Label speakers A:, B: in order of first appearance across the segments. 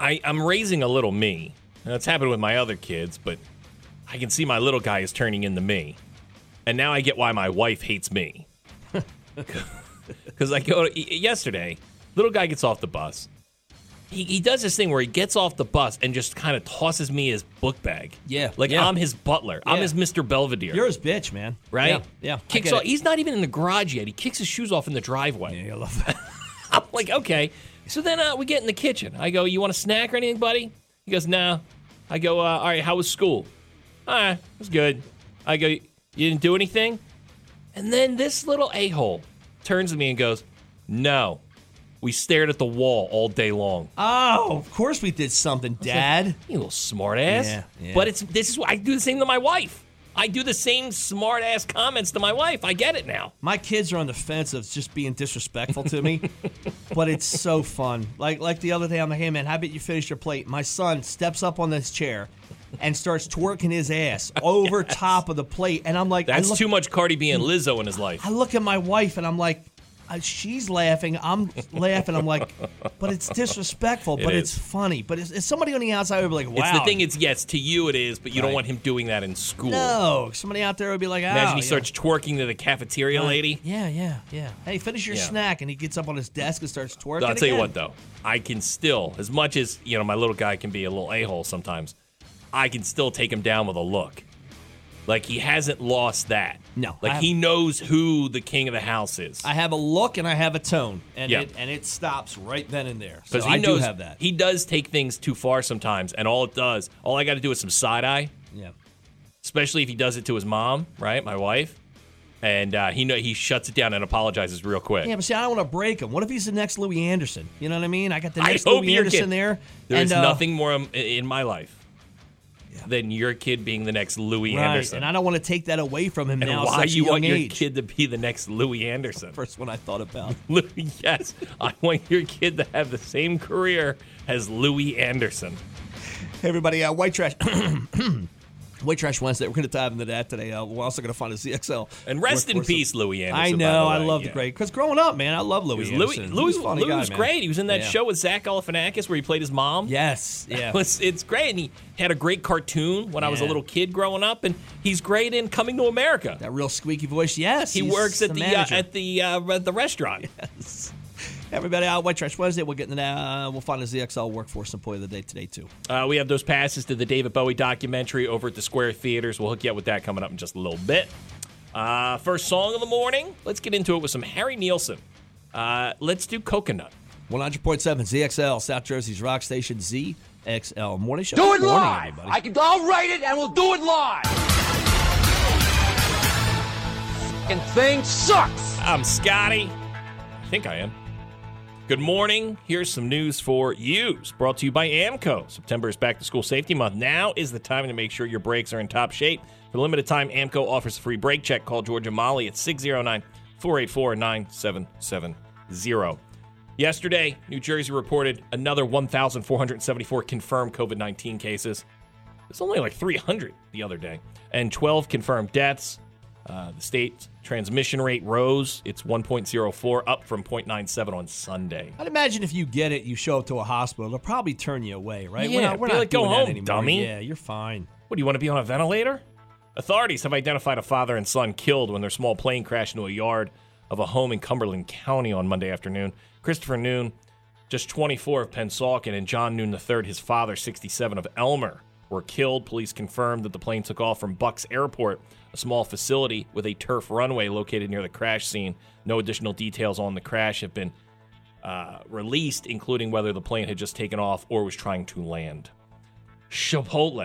A: I, I'm raising a little me. That's happened with my other kids, but I can see my little guy is turning into me. And now I get why my wife hates me. Because I go, y- yesterday, little guy gets off the bus. He, he does this thing where he gets off the bus and just kind of tosses me his book bag.
B: Yeah,
A: Like
B: yeah.
A: I'm his butler. I'm
B: Yeah.
A: his Mr. Belvedere.
B: You're his bitch, man.
A: right?
B: Yeah. yeah I
A: Kicks e-
B: get
A: off.
B: it.
A: He's not even in the garage yet. He kicks his shoes off in the driveway.
B: Yeah, I love that.
A: I'm like, okay. So then uh, we get in the kitchen. I go, you want a snack or anything, buddy? He goes, no. I go, uh, all right, how was school? All right, it was good. I go, you didn't do anything? And then this little a hole turns to me and goes, no. We stared at the wall all day long.
B: Oh, of course we did something, Dad.
A: You little smartass.
B: Yeah, yeah.
A: But it's this is why I do the same to my wife. I do the same smart ass comments to my wife. I get it now.
B: My kids are on the fence of just being disrespectful to me, but it's so fun. Like like the other day, I'm like, hey man, how about you finish your plate? My son steps up on this chair and starts twerking his ass over top of the plate, and I'm like, I
A: That's
B: look,
A: too much Cardi B and Lizzo in his life.
B: I look at my wife and I'm like, uh, she's laughing, I'm laughing, I'm like, but it's disrespectful, but
A: is.
B: it's funny. But it's, it's somebody on the outside would be like, wow,
A: It's the thing. It's yes to you it is, but you don't want him doing that in school.
B: no, somebody out there would be like, oh,
A: Imagine he
B: yeah.
A: starts twerking to the cafeteria lady.
B: Yeah, yeah, yeah. Hey, finish your
A: Yeah.
B: snack, and he gets up on his desk and starts twerking.
A: I'll tell you
B: again.
A: what though, I can still, as much as you know, my little guy can be a little a hole sometimes. I can still take him down with a look. Like he hasn't lost that.
B: No, I
A: Like he knows who the king of the house is.
B: I have a look and I have a tone, and
A: Yeah.
B: it and it stops right then and there. So
A: Because
B: I
A: he knows
B: do have that.
A: he does take things too far sometimes, and all it does, all I got to do is some side eye.
B: yeah.
A: especially if he does it to his mom, right? My wife, and uh, he know he shuts it down and apologizes real quick.
B: Yeah, but see, I don't want to break him. What if he's the next Louis Anderson? You know what I mean? I got the
A: I
B: next
A: hope
B: Louis
A: you're
B: Anderson
A: kidding.
B: there.
A: There is
B: and, uh,
A: nothing more um, i- in my life than your kid being the next Louis
B: right,
A: Anderson.
B: and I don't want to take that away from him
A: And
B: now. at
A: why
B: such a
A: you
B: young
A: want your
B: age.
A: kid to be the next Louis Anderson?
B: First one I thought about.
A: Louis- yes, I want your kid to have the same career as Louis Anderson.
B: Hey, everybody, uh, White Trash. White Trash Wednesday. We're going to dive into that today. Uh, we're also going to find a CXL.
A: And rest in
B: workforce-
A: peace, Louis Anderson.
B: I
A: by
B: know. I
A: way.
B: love the
A: Yeah.
B: great because growing up, man, I love Louis.
A: Louis,
B: Anderson. He
A: Louis,
B: a funny
A: Louis
B: guy,
A: was
B: man.
A: great. He was in that
B: Yeah.
A: show with Zach Galifianakis where he played his mom.
B: Yes, yeah.
A: It's, it's great. And he had a great cartoon when I was a
B: Yeah.
A: little kid growing up, and he's great in Coming to America.
B: that real squeaky voice. Yes,
A: he
B: he's
A: works at the, uh,
B: manager.
A: at the uh, at the restaurant.
B: Everybody out White Trash Wednesday. We'll get into that. Uh, we'll find a ZXL workforce employee of the day today too.
A: Uh, we have those passes to the David Bowie documentary over at the Square Theaters. We'll hook you up with that coming up in just a little bit. Uh, first song of the morning. Let's get into it with some Harry Nielsen. Uh, let's do Coconut.
B: One hundred point seven ZXL South Jersey's rock station ZXL morning show. Do it live.
C: I can, I'll write it and we'll do it live. And thing sucks.
A: I'm Scotty. I think I am. Good morning. Here's some news for you. It's brought to you by AMCO. September is back to school safety month. Now is the time to make sure your brakes are in top shape. For a limited time, AMCO offers a free brake check. Call Georgia Molly at 609 484 9770. Yesterday, New Jersey reported another 1,474 confirmed COVID 19 cases. It's only like 300 the other day, and 12 confirmed deaths. Uh, the state's transmission rate rose. It's 1.04, up from 0.97 on Sunday.
B: I'd imagine if you get it, you show up to a hospital, they'll probably turn you away, right?
A: Yeah,
B: not, we're
A: be
B: not
A: like, go
B: doing that
A: home,
B: anymore.
A: dummy.
B: Yeah, you're fine.
A: What do you want to be on a ventilator? Authorities have identified a father and son killed when their small plane crashed into a yard of a home in Cumberland County on Monday afternoon. Christopher Noon, just 24 of Pensauken, and John Noon III, his father, 67 of Elmer, were killed. Police confirmed that the plane took off from Bucks Airport, a small facility with a turf runway located near the crash scene. No additional details on the crash have been uh, released, including whether the plane had just taken off or was trying to land. Chipotle.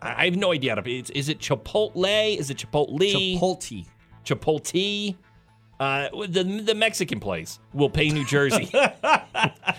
A: I I have no idea. How to, it's, is it Chipotle? Is it Chipotle?
B: Chipotle.
A: Chipotle. Uh, the the Mexican place will pay New Jersey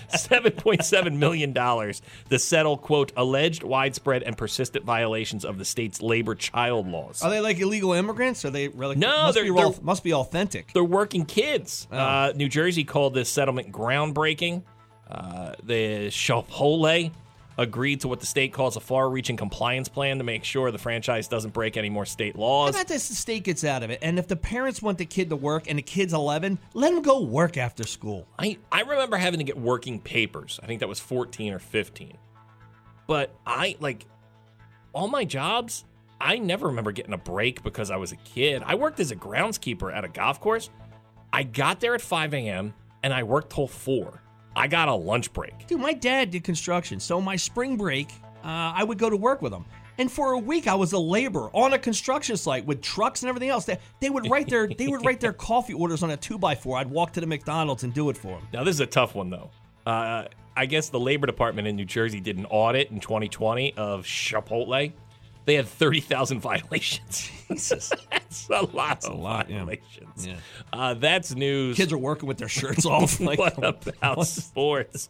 A: seven point seven million dollars to settle quote alleged widespread and persistent violations of the state's labor child laws.
B: Are they like illegal immigrants? Are they really?
A: No,
B: must
A: they're-
B: be real-
A: they're-
B: must be authentic.
A: They're working kids. Uh, New Jersey called this settlement groundbreaking. Uh, the Chipotle agreed to what the state calls a far-reaching compliance plan to make sure the franchise doesn't break any more state
B: How
A: laws.
B: about this? The state gets out of it, and if the parents want the kid to work, and the kid's 11, let him go work after school.
A: I, I remember having to get working papers. I think that was 14 or 15. But I, like, all my jobs, I never remember getting a break because I was a kid. I worked as a groundskeeper at a golf course. I got there at 5 a.m. and I worked till 4. I got a lunch break.
B: Dude, my dad did construction, so my spring break, uh, I would go to work with him. And for a week, I was a laborer on a construction site with trucks and everything else. They, they would write their they would write their coffee orders on a two by four. I'd walk to the McDonald's and do it for them.
A: Now, this is a tough one, though. Uh, I guess the Labor Department in New Jersey did an audit in 2020 of Chipotle. They had 30,000 violations. Jesus. that's a lot of
B: lot, yeah.
A: violations.
B: Yeah.
A: Uh, that's news.
B: Kids are working with their shirts off. Like,
A: what about sports?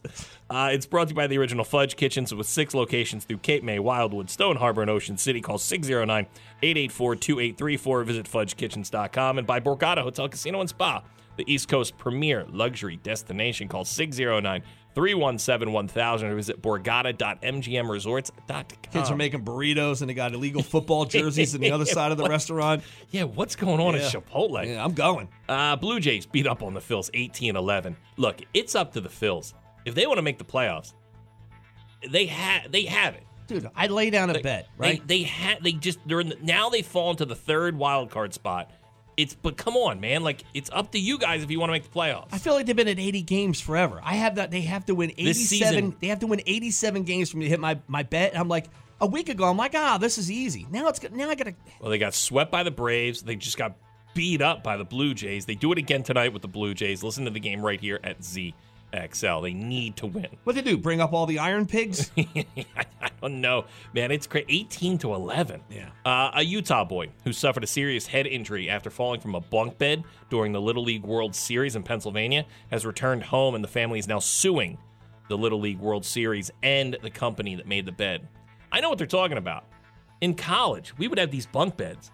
A: Uh, it's brought to you by the original Fudge Kitchens with six locations through Cape May, Wildwood, Stone Harbor, and Ocean City. Call 609 884 2834. Visit fudgekitchens.com and by Borgata Hotel, Casino, and Spa, the East Coast premier luxury destination. Call 609 317 1000 or visit borgata.mgmresorts.com.
B: kids are making burritos and they got illegal football jerseys on the other side of the restaurant.
A: yeah, what's going on
B: Yeah.
A: at Chipotle?
B: Yeah, I'm going.
A: Uh, Blue Jays beat up on the Phils 18 11. Look, it's up to the Phils. If they want to make the playoffs, they have they have it.
B: Dude, I lay down a bet, right?
A: They, they had they just they're in the, now they fall into the third wild card spot. It's but come on, man, like it's up to you guys if you want to make the playoffs.
B: I feel like they've been at 80 games forever. I have that they have to win 87.
A: This season-
B: they have to win 87 games for me to hit my my bet. And I'm like a week ago, I'm like, ah, this is easy. Now it's go- now I gotta.
A: well, they got swept by the Braves. They just got beat up by the Blue Jays. They do it again tonight with the Blue Jays. Listen to the game right here at ZXL. They need to win.
B: What they do? Bring up all the Iron Pigs?
A: I, I don't know, man. It's cra 18 to 11.
B: Yeah.
A: Uh, a Utah boy who suffered a serious head injury after falling from a bunk bed during the Little League World Series in Pennsylvania has returned home, and the family is now suing the Little League World Series and the company that made the bed. I know what they're talking about. In college, we would have these bunk beds,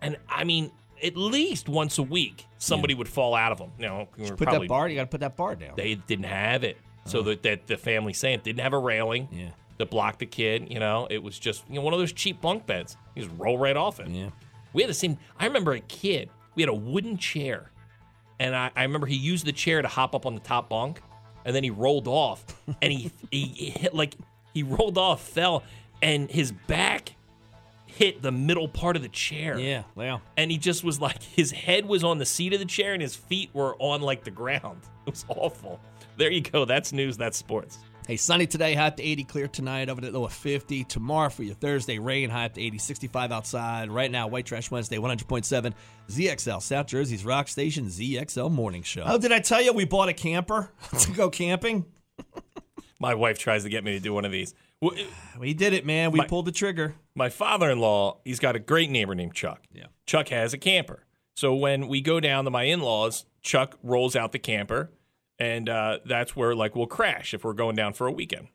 A: and I mean, at least once a week, somebody would fall out of them. You know, we were
B: put
A: probably-
B: that bar. You gotta put that bar down.
A: they didn't have it. So that, that the family saying didn't have a railing
B: Oh. Yeah.
A: that blocked the kid. You know, it was just you know one of those cheap bunk beds. You just roll right off it.
B: Yeah.
A: We had the same. I remember a kid. We had a wooden chair, and I, I remember he used the chair to hop up on the top bunk, and then he rolled off, and he, he, he hit like he rolled off, fell, and his back hit the middle part of the chair
B: yeah. Well,
A: and he just was like his head was on the seat of the chair and his feet were on like the ground. It was awful. There you go. That's news. That's sports.
B: hey, sunny today, high up to 80. Clear tonight, over to low of 50. Tomorrow for your Thursday, rain, high up to 80. 65 outside right now. White Trash Wednesday, 100.7 ZXL, South Jersey's rock station, ZXL Morning Show. Oh, did I tell you we bought a camper to go camping?
A: My wife tries to get me to do one of these. Well,
B: We did it, man. We pulled the trigger.
A: my father-in-law, he's got a great neighbor named Chuck.
B: Yeah.
A: Chuck has a camper. So when we go down to my in-laws, Chuck rolls out the camper, and uh, that's where like we'll crash if we're going down for a weekend.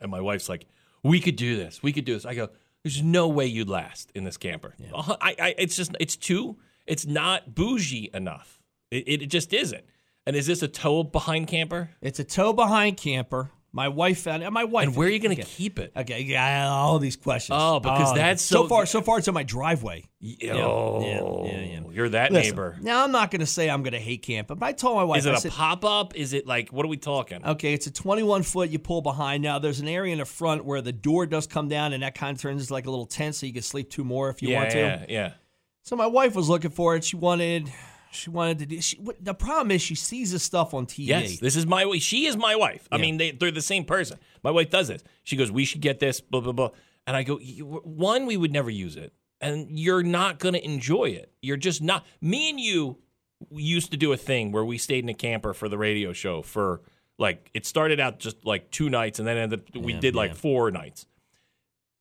A: And my wife's like, "We could do this. We could do this." I go, "There's no way you'd last in this camper. Uh, I, I, it's just, it's too, it's not bougie enough. It, it just isn't." And is this a tow behind camper?
B: It's a tow behind camper. My wife found it. My wife.
A: And where are you going to
B: okay.
A: keep it?
B: Okay, yeah, I have all these questions.
A: Oh, because that's
B: so,
A: so-
B: far. So far, it's in my driveway.
A: Oh,
B: yeah, yeah, yeah.
A: you're that
B: Listen,
A: neighbor.
B: Now I'm not going to say I'm going to hate camping, but I told my wife.
A: Is
B: I
A: it a
B: said,
A: pop up? Is it like what are we talking?
B: Okay, it's a 21 foot you pull behind. Now, there's an area in the front where the door does come down, and that kind of turns into like a little tent so you can sleep two more if you
A: yeah,
B: want to.
A: yeah, yeah.
B: So, my wife was looking for it. She wanted, She wanted to do. She, what, the problem is, she sees this stuff on TV.
A: Yes, this is my wife. She is my wife. I mean, they, they're the same person. My wife does this. She goes, "We should get this." Blah blah blah. And I go, "You- "One, we would never use it, and you're not going to enjoy it. You're just not." Me and you used to do a thing where we stayed in a camper for the radio show for like it started out just like two nights, and then ended up, we did like four nights.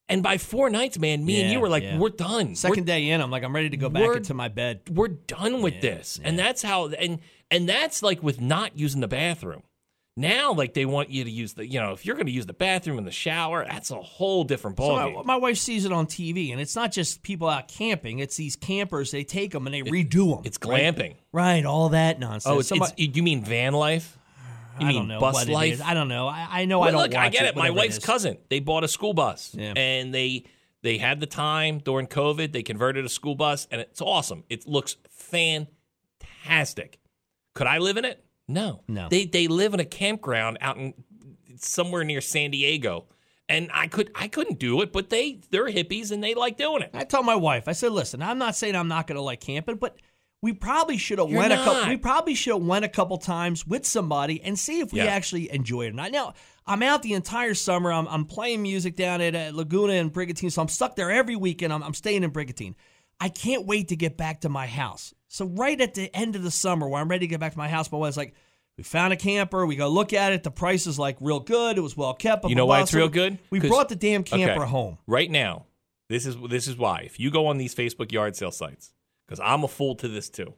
A: And by four nights, man, me and
B: Yeah,
A: you were like,
B: yeah.
A: "We're done. We're
B: Second day in, I'm like, I'm ready to go back
A: Word.
B: into my bed.
A: we're done with this and that's how and and that's like with not using the bathroom now like they want you to use the you know if you're going to use the bathroom and the shower that's a whole different
B: So uh,
A: ballgame
B: my, my wife sees it on TV, and it's not just people out camping. It's these campers. They take them and they redo them.
A: it's glamping
B: right, all that nonsense.
A: oh it's,
B: Oh, Somebody-
A: it's you mean van life you
B: I
A: mean
B: don't know
A: bus
B: what
A: life
B: It is. I don't know. I, I know I
A: Well,
B: don't.
A: look i
B: watch
A: get
B: it.
A: it, my
B: whatever
A: wife's
B: is.
A: cousin they bought a school bus
B: Yeah.
A: and they they had the time during covid they converted a school bus and it's awesome it looks fantastic Could I live in it? No.
B: No.
A: They they live in a campground out in somewhere near San Diego. And I could I couldn't do it, but they they're hippies and they like doing it.
B: I told my wife, I said, listen, I'm not saying I'm not going to like camping, but we probably should have
A: You're
B: went a
A: not.
B: couple. We probably should have went a couple times with somebody and see if we
A: Yeah.
B: actually enjoy it or not. Now I'm out the entire summer. I'm, I'm playing music down at uh, Laguna and Brigantine, so I'm stuck there every weekend. I'm, I'm staying in Brigantine. I can't wait to get back to my house. So right at the end of the summer, where I'm ready to get back to my house, my wife's like, "We found a camper. We go look at it. The price is like real good. It was well kept.
A: You know why it's
B: So
A: real good?
B: We
A: 'Cause-
B: brought the damn camper
A: Okay.
B: home.
A: Right now, this is this is why. If you go on these Facebook yard sale sites, because I'm a fool to this too.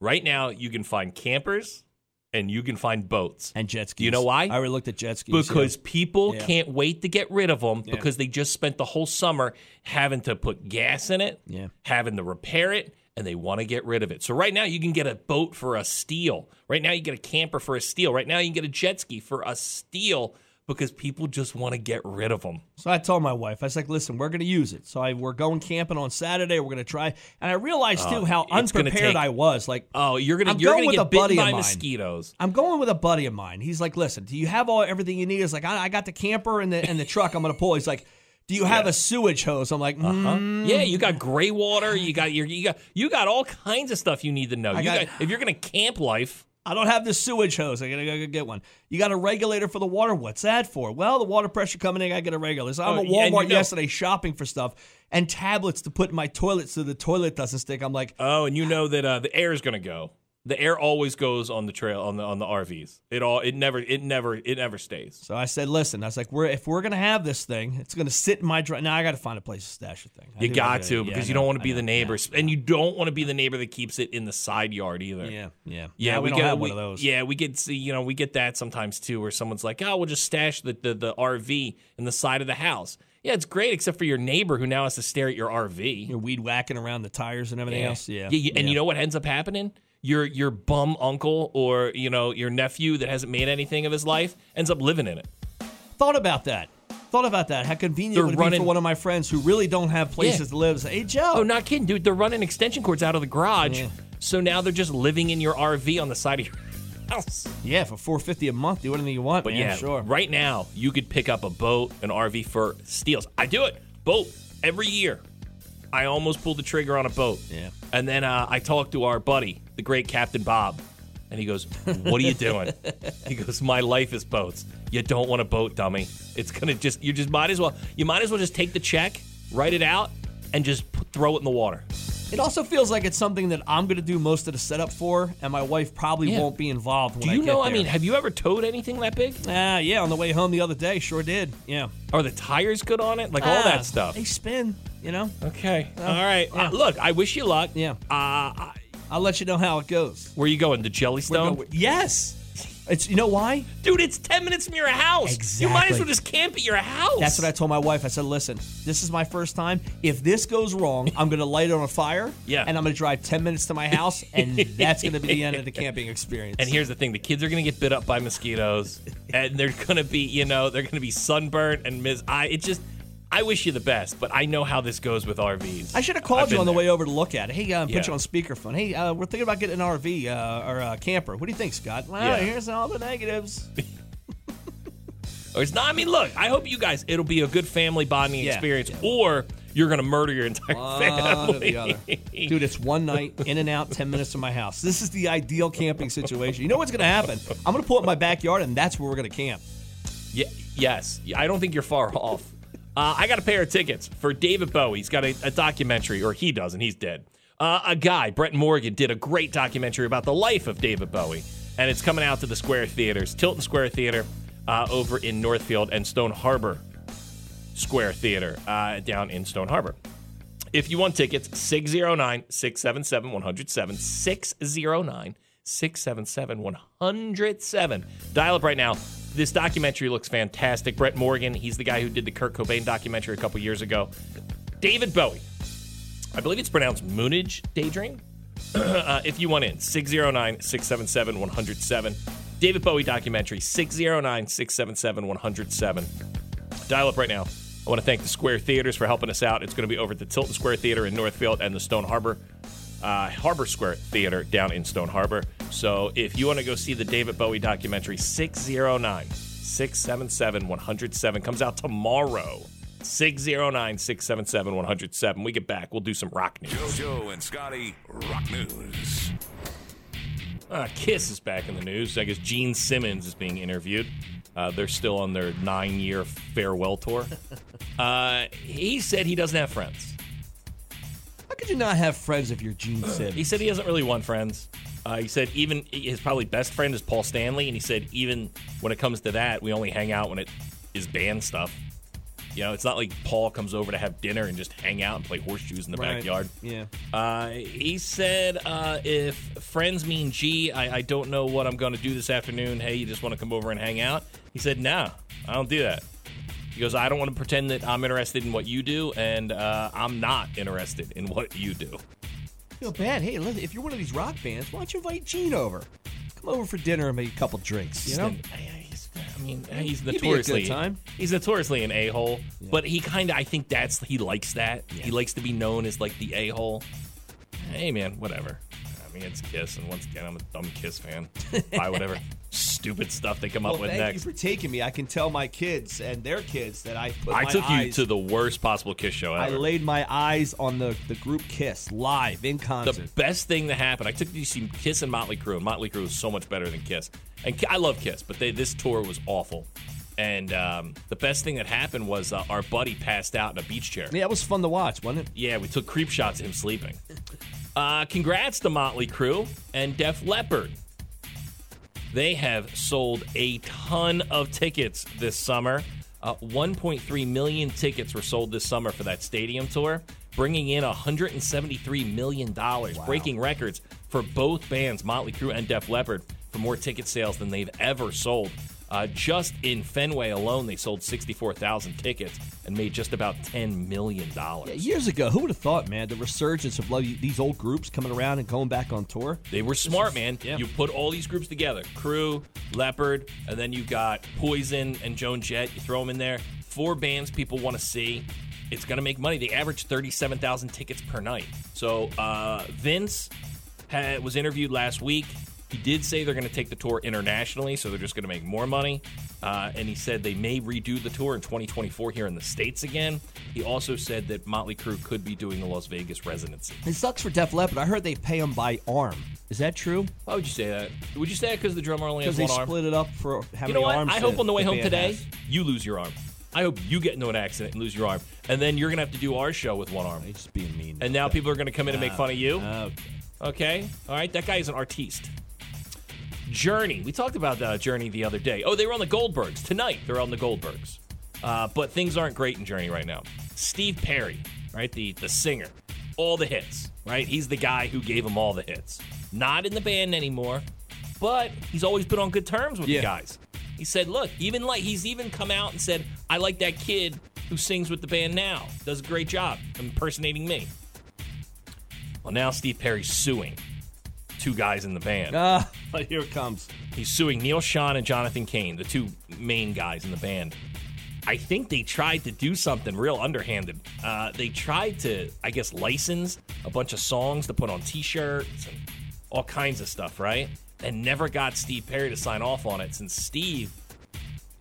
A: Right now, you can find campers and you can find boats.
B: And jet skis.
A: You know why?
B: I already looked at jet skis. yeah.
A: because people
B: Yeah.
A: can't wait to get rid of them because they just spent the whole summer having to put gas in it,
B: Yeah.
A: having to repair it, and they want to get rid of it. So right now you can get a boat for a steal. Right now you get a camper for a steal. Right now you can get a jet ski for a steal because people just want to get rid of them.
B: So I told my wife, I was like, listen, we're going to use it. So I, we're going camping on Saturday. We're going to try. And I realized, too, how
A: it's gonna
B: unprepared
A: take-
B: I was. Like,
A: Oh, you're gonna
B: I'm
A: you're
B: going
A: gonna
B: with
A: get
B: a buddy
A: bitten
B: of
A: by
B: mine.
A: mosquitoes.
B: I'm going with a buddy of mine. He's like, listen, do you have all everything you need? It's like, I, I got the camper and the, and the truck I'm going to pull. He's like, do you have a sewage hose? I'm like,
A: Huh?
B: mm,
A: Yeah, you got gray water. You got your you got you got all kinds of stuff you need to know. You
B: got-
A: got- if you're gonna camp life.
B: I don't have the sewage hose. I got to go get one. You got a regulator for the water. What's that for? Well, the water pressure coming in, I get a regulator. So I'm
A: Oh,
B: at
A: yeah, and you
B: Walmart
A: know-
B: yesterday shopping for stuff and tablets to put in my toilet so the toilet doesn't stick. I'm like,
A: Oh, and you know that uh, the air is going to go. The air always goes on the trail on the on the RVs. It all it never it never it never stays.
B: So I said, "Listen, I was like, we're if we're gonna have this thing, it's gonna sit in my dry. Now I got to find a place to stash the thing. I
A: You
B: do
A: got
B: gotta do
A: to
B: it. Yeah,
A: because
B: I
A: you
B: know,
A: don't want to
B: I
A: be the
B: know.
A: neighbor, and you don't want to be the neighbor that keeps it in the side yard either.
B: Yeah, yeah, yeah. we, don't
A: get
B: have
A: we-
B: one of those.
A: Yeah, we get see you know we get that sometimes too, where someone's like, oh, we'll just stash the the, the RV in the side of the house. Yeah, it's great except for your neighbor who now has to stare at your RV.
B: You're weed whacking around the tires and everything else. Yeah,
A: you- and you know what ends up happening? Your your bum uncle or you know your nephew that hasn't made anything of his life ends up living in it.
B: thought about that. Thought about that. How convenient
A: They're
B: it would be
A: running-
B: for one of my friends who really don't have places to live. Say, hey Joe,
A: Oh, not kidding, dude. They're running extension cords out of the garage, so now they're just living in your RV on the side of your house.
B: yeah, for four fifty a month, do anything you want.
A: But
B: man,
A: yeah,
B: sure.
A: right now you could pick up a boat, an RV for steals. I do it boat every year. I almost pulled the trigger on a boat.
B: Yeah.
A: And then uh, I talked to our buddy, the great Captain Bob, and he goes, "What are you doing?" he goes, "My life is boats. You don't want a boat, dummy. It's gonna just you just might as well you might as well just take the check, write it out, and just p- throw it in the water."
B: It also feels like it's something that I'm gonna do most of the setup for, and my wife probably
A: Yeah.
B: won't be involved. When
A: Do you
B: I
A: know?
B: Get
A: I mean,
B: there.
A: have you ever towed anything that big?
B: ah, yeah. On the way home the other day, sure did. Yeah,
A: Are the tires good on it? Like all
B: Ah,
A: that stuff.
B: They spin, you know.
A: Okay. all right. Uh, look, I wish you luck.
B: Yeah.
A: Uh, I-
B: I'll let you know how it goes.
A: where you going? The Jellystone?
B: Yes. It's you know why?
A: Dude, it's 10 minutes from your house. You might
B: Exactly.
A: as well just camp at your house.
B: That's what I told my wife. I said, "Listen, this is my first time. If this goes wrong, I'm going to light it on fire.
A: Yeah.
B: and I'm going to drive 10 minutes to my house, and that's going to be the end of the camping experience.
A: And here's the thing the kids are going to get bit up by mosquitoes, and they're going to be, you know, they're going to be sunburned and miss. I, it just, I wish you the best, but I know how this goes with RVs.
B: I should have called
A: I've
B: you
A: been
B: on the
A: there.
B: way over to look at it. Hey, uh, put
A: Yeah.
B: you on speakerphone. Hey, uh, we're thinking about getting an RV uh, or a camper. What do you think, Scott? Well,
A: Yeah.
B: here's all the negatives.
A: Or it's not. I mean, look. I hope you guys. It'll be a good family bonding
B: Yeah. Uh,
A: experience. Or you're going to murder your entire
B: One or
A: family.
B: the other. Dude, it's one night, in and out, 10 minutes from my house. This is the ideal camping situation. You know what's going to happen? I'm going to pull up my backyard, and that's where we're going to camp.
A: Ye- yes, I don't think you're far off. Uh, I got a pair of tickets for David Bowie. He's got a, a documentary, or he doesn't. He's dead. Uh, a guy, Brett Morgan, did a great documentary about the life of David Bowie, and it's coming out to the Square Theaters, Tilton Square Theater, uh, over in Northfield, and Stone Harbor Square Theater uh, down in Stone Harbor. If you want tickets, 609 677 107. 609 677 107. Dial up right now. This documentary looks fantastic. Brett Morgan, he's the guy who did the Kurt Cobain documentary a couple years ago. David Bowie, I believe it's pronounced Moonage Daydream. uh, if you want in, 609 677 107. David Bowie documentary, 609 677 107 dial up right now. I want to thank the Square Theaters for helping us out. It's going to be over at the Tilton Square Theater in Northfield and the Stone Harbor uh, Harbor Square Theater down in Stone Harbor. So if you want to go see the David Bowie documentary, 609 677 107 comes out tomorrow. 609 677 107. We get back. We'll do some rock news.
D: JoJo and Scotty Rock News.
A: Uh, Kiss is back in the news. I guess Gene Simmons is being interviewed. Uh, they're still on their nine year farewell tour. Uh, he said he doesn't have friends.
B: How could you not have friends if you're Gene
A: He
B: Simmons?
A: said he hasn't really won friends. Uh, he said even his probably best friend is Paul Stanley, and he said even when it comes to that, we only hang out when it is band stuff. You know, it's not like Paul comes over to have dinner and just hang out and play horseshoes in the
B: Right.
A: backyard.
B: Yeah.
A: Uh, he said, uh, if friends mean G, I, I don't know what I'm going to do this afternoon. Hey, you just want to come over and hang out? He said, no, I don't do that. He goes, I don't want to pretend that I'm interested in what you do, and uh, I'm not interested in what you do.
B: I feel bad. Hey, listen, if you're one of these rock bands, why don't you invite Gene over? Come over for dinner and make a couple drinks, you know?
A: He's an- he's- I mean, he's
B: be a good
A: notoriously
B: time.
A: he's notoriously an a hole, but he kind of I think that's he likes that. He likes to be known as like the a hole. Hey man, whatever. I mean, it's Kiss, and once again, I'm a dumb Kiss fan. Buy whatever stupid stuff they come up
B: Well,
A: with
B: thank
A: next.
B: you for taking me. I can tell my kids and their kids that I put
A: I
B: my
A: took you
B: eyes-
A: to the worst possible Kiss show
B: I
A: ever.
B: laid my eyes on the, the group Kiss live in concert.
A: the best thing that happened. I took you to see Kiss and Motley Crue, and Motley Crue was so much better than Kiss. And Ki- I love Kiss, but they, this tour was awful. And um, the best thing that happened was uh, our buddy passed out in a beach chair.
B: yeah, it was fun to watch, wasn't it?
A: Yeah, we took creep shots of him sleeping. Uh, congrats to Motley Crue and Def Leppard. They have sold a ton of tickets this summer. Uh, 1.3 million tickets were sold this summer for that stadium tour, bringing in 173 million dollars, breaking records for both bands, Motley Crue and Def Leppard, for more ticket sales than they've ever sold. Uh, just in Fenway alone, they sold 64,000 tickets and made just about 10 million dollars.
B: Years ago, who would have thought, man, the resurgence of lo- these old groups coming around and going back on tour?
A: They were smart, man.
B: yeah.
A: You put all these groups together Crew, Leopard, and then you got Poison and Joan Jett. You throw them in there. Four bands people want to see. It's going to make money. They average 37,000 tickets per night. So uh, Vince had, was interviewed last week. He did say they're going to take the tour internationally, so they're just going to make more money. Uh, and he said they may redo the tour in 2024 here in the States again. He also said that Motley Crue could be doing the Las Vegas residency.
B: It sucks for Def Leppard. I heard they pay them by arm. Is that true?
A: Why would you say that? Would you say that because the drummer only has
B: Because they
A: one arm?
B: split it up for how
A: you know
B: many
A: what?
B: arms?
A: I hope on the way home
B: band
A: today
B: has.
A: you lose your arm. I hope you get into an accident and lose your arm, and then you're gonna have to do our show with one arm.
B: It's just being mean.
A: And now people are gonna come in and make fun of you.
B: Oh,
A: Okay, all right. That guy is an artiste. Journey. We talked about uh, Journey the other day. Oh, they were on the Goldbergs tonight. They're on the Goldbergs, uh, but things aren't great in Journey right now. Steve Perry, right, the the singer, all the hits, right? He's the guy who gave them all the hits. Not in the band anymore, but he's always been on good terms with
B: Yeah.
A: the guys. He said, "Look, even like he's even come out and said, I like that kid who sings with the band now. Does a great job impersonating me." Well, now Steve Perry's suing two guys in the band.
B: Ah, but here it comes.
A: He's suing Neil Sean and Jonathan Kane, the two main guys in the band. I think they tried to do something real underhanded. Uh, they tried to, I guess, license a bunch of songs to put on t shirts and all kinds of stuff, right? And never got Steve Perry to sign off on it since Steve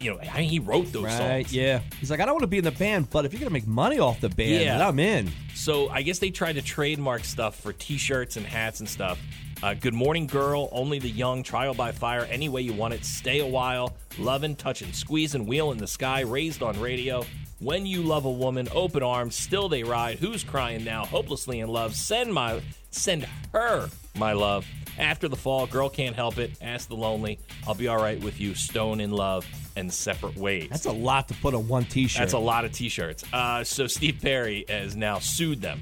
A: you know, I mean, he wrote those
B: Right,
A: songs.
B: yeah. He's like, I don't want to be in the band, but if you're going to make money off the band,
A: Yeah.
B: then I'm in.
A: So I guess they tried to trademark stuff for T-shirts and hats and stuff. Uh, Good morning, girl. Only the young. Trial by fire. Any way you want it. Stay a while. Loving, touching, squeezing. Wheel in the sky. Raised on radio. When you love a woman, open arms. Still they ride. Who's crying now? Hopelessly in love. Send my, send her my love. After the fall, girl can't help it. Ask the lonely. I'll be all right with you. Stone in love and separate ways.
B: That's a lot to put on one t shirt.
A: That's a lot of T-shirts. Uh, so Steve Perry has now sued them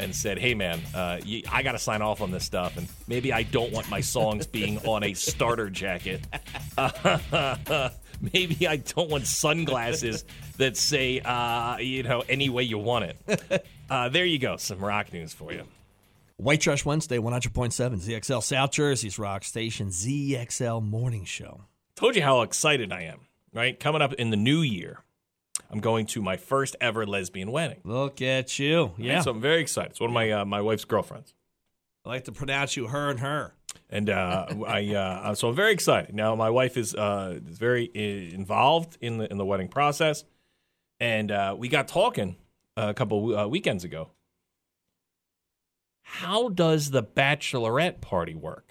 A: and said, "Hey, man, uh, you, I got to sign off on this stuff, and maybe I don't want my songs being on a starter jacket. maybe I don't want sunglasses that say, uh, you know, any way you want it." Uh, there you go, some rock news for you.
B: White Trash Wednesday, 100.7 ZXL South Jersey's Rock Station, ZXL Morning Show.
A: told you how excited I am. Right, coming up in the new year, I'm going to my first ever lesbian wedding.
B: Look at you. Yeah.
A: Right, so I'm very excited. It's one of my uh, my wife's girlfriends.
B: I like to pronounce you her and her.
A: and uh, I uh, so I'm very excited. Now my wife is uh, is very uh, involved in the in the wedding process, and uh, we got talking a couple uh, weekends ago. How does the bachelorette party work?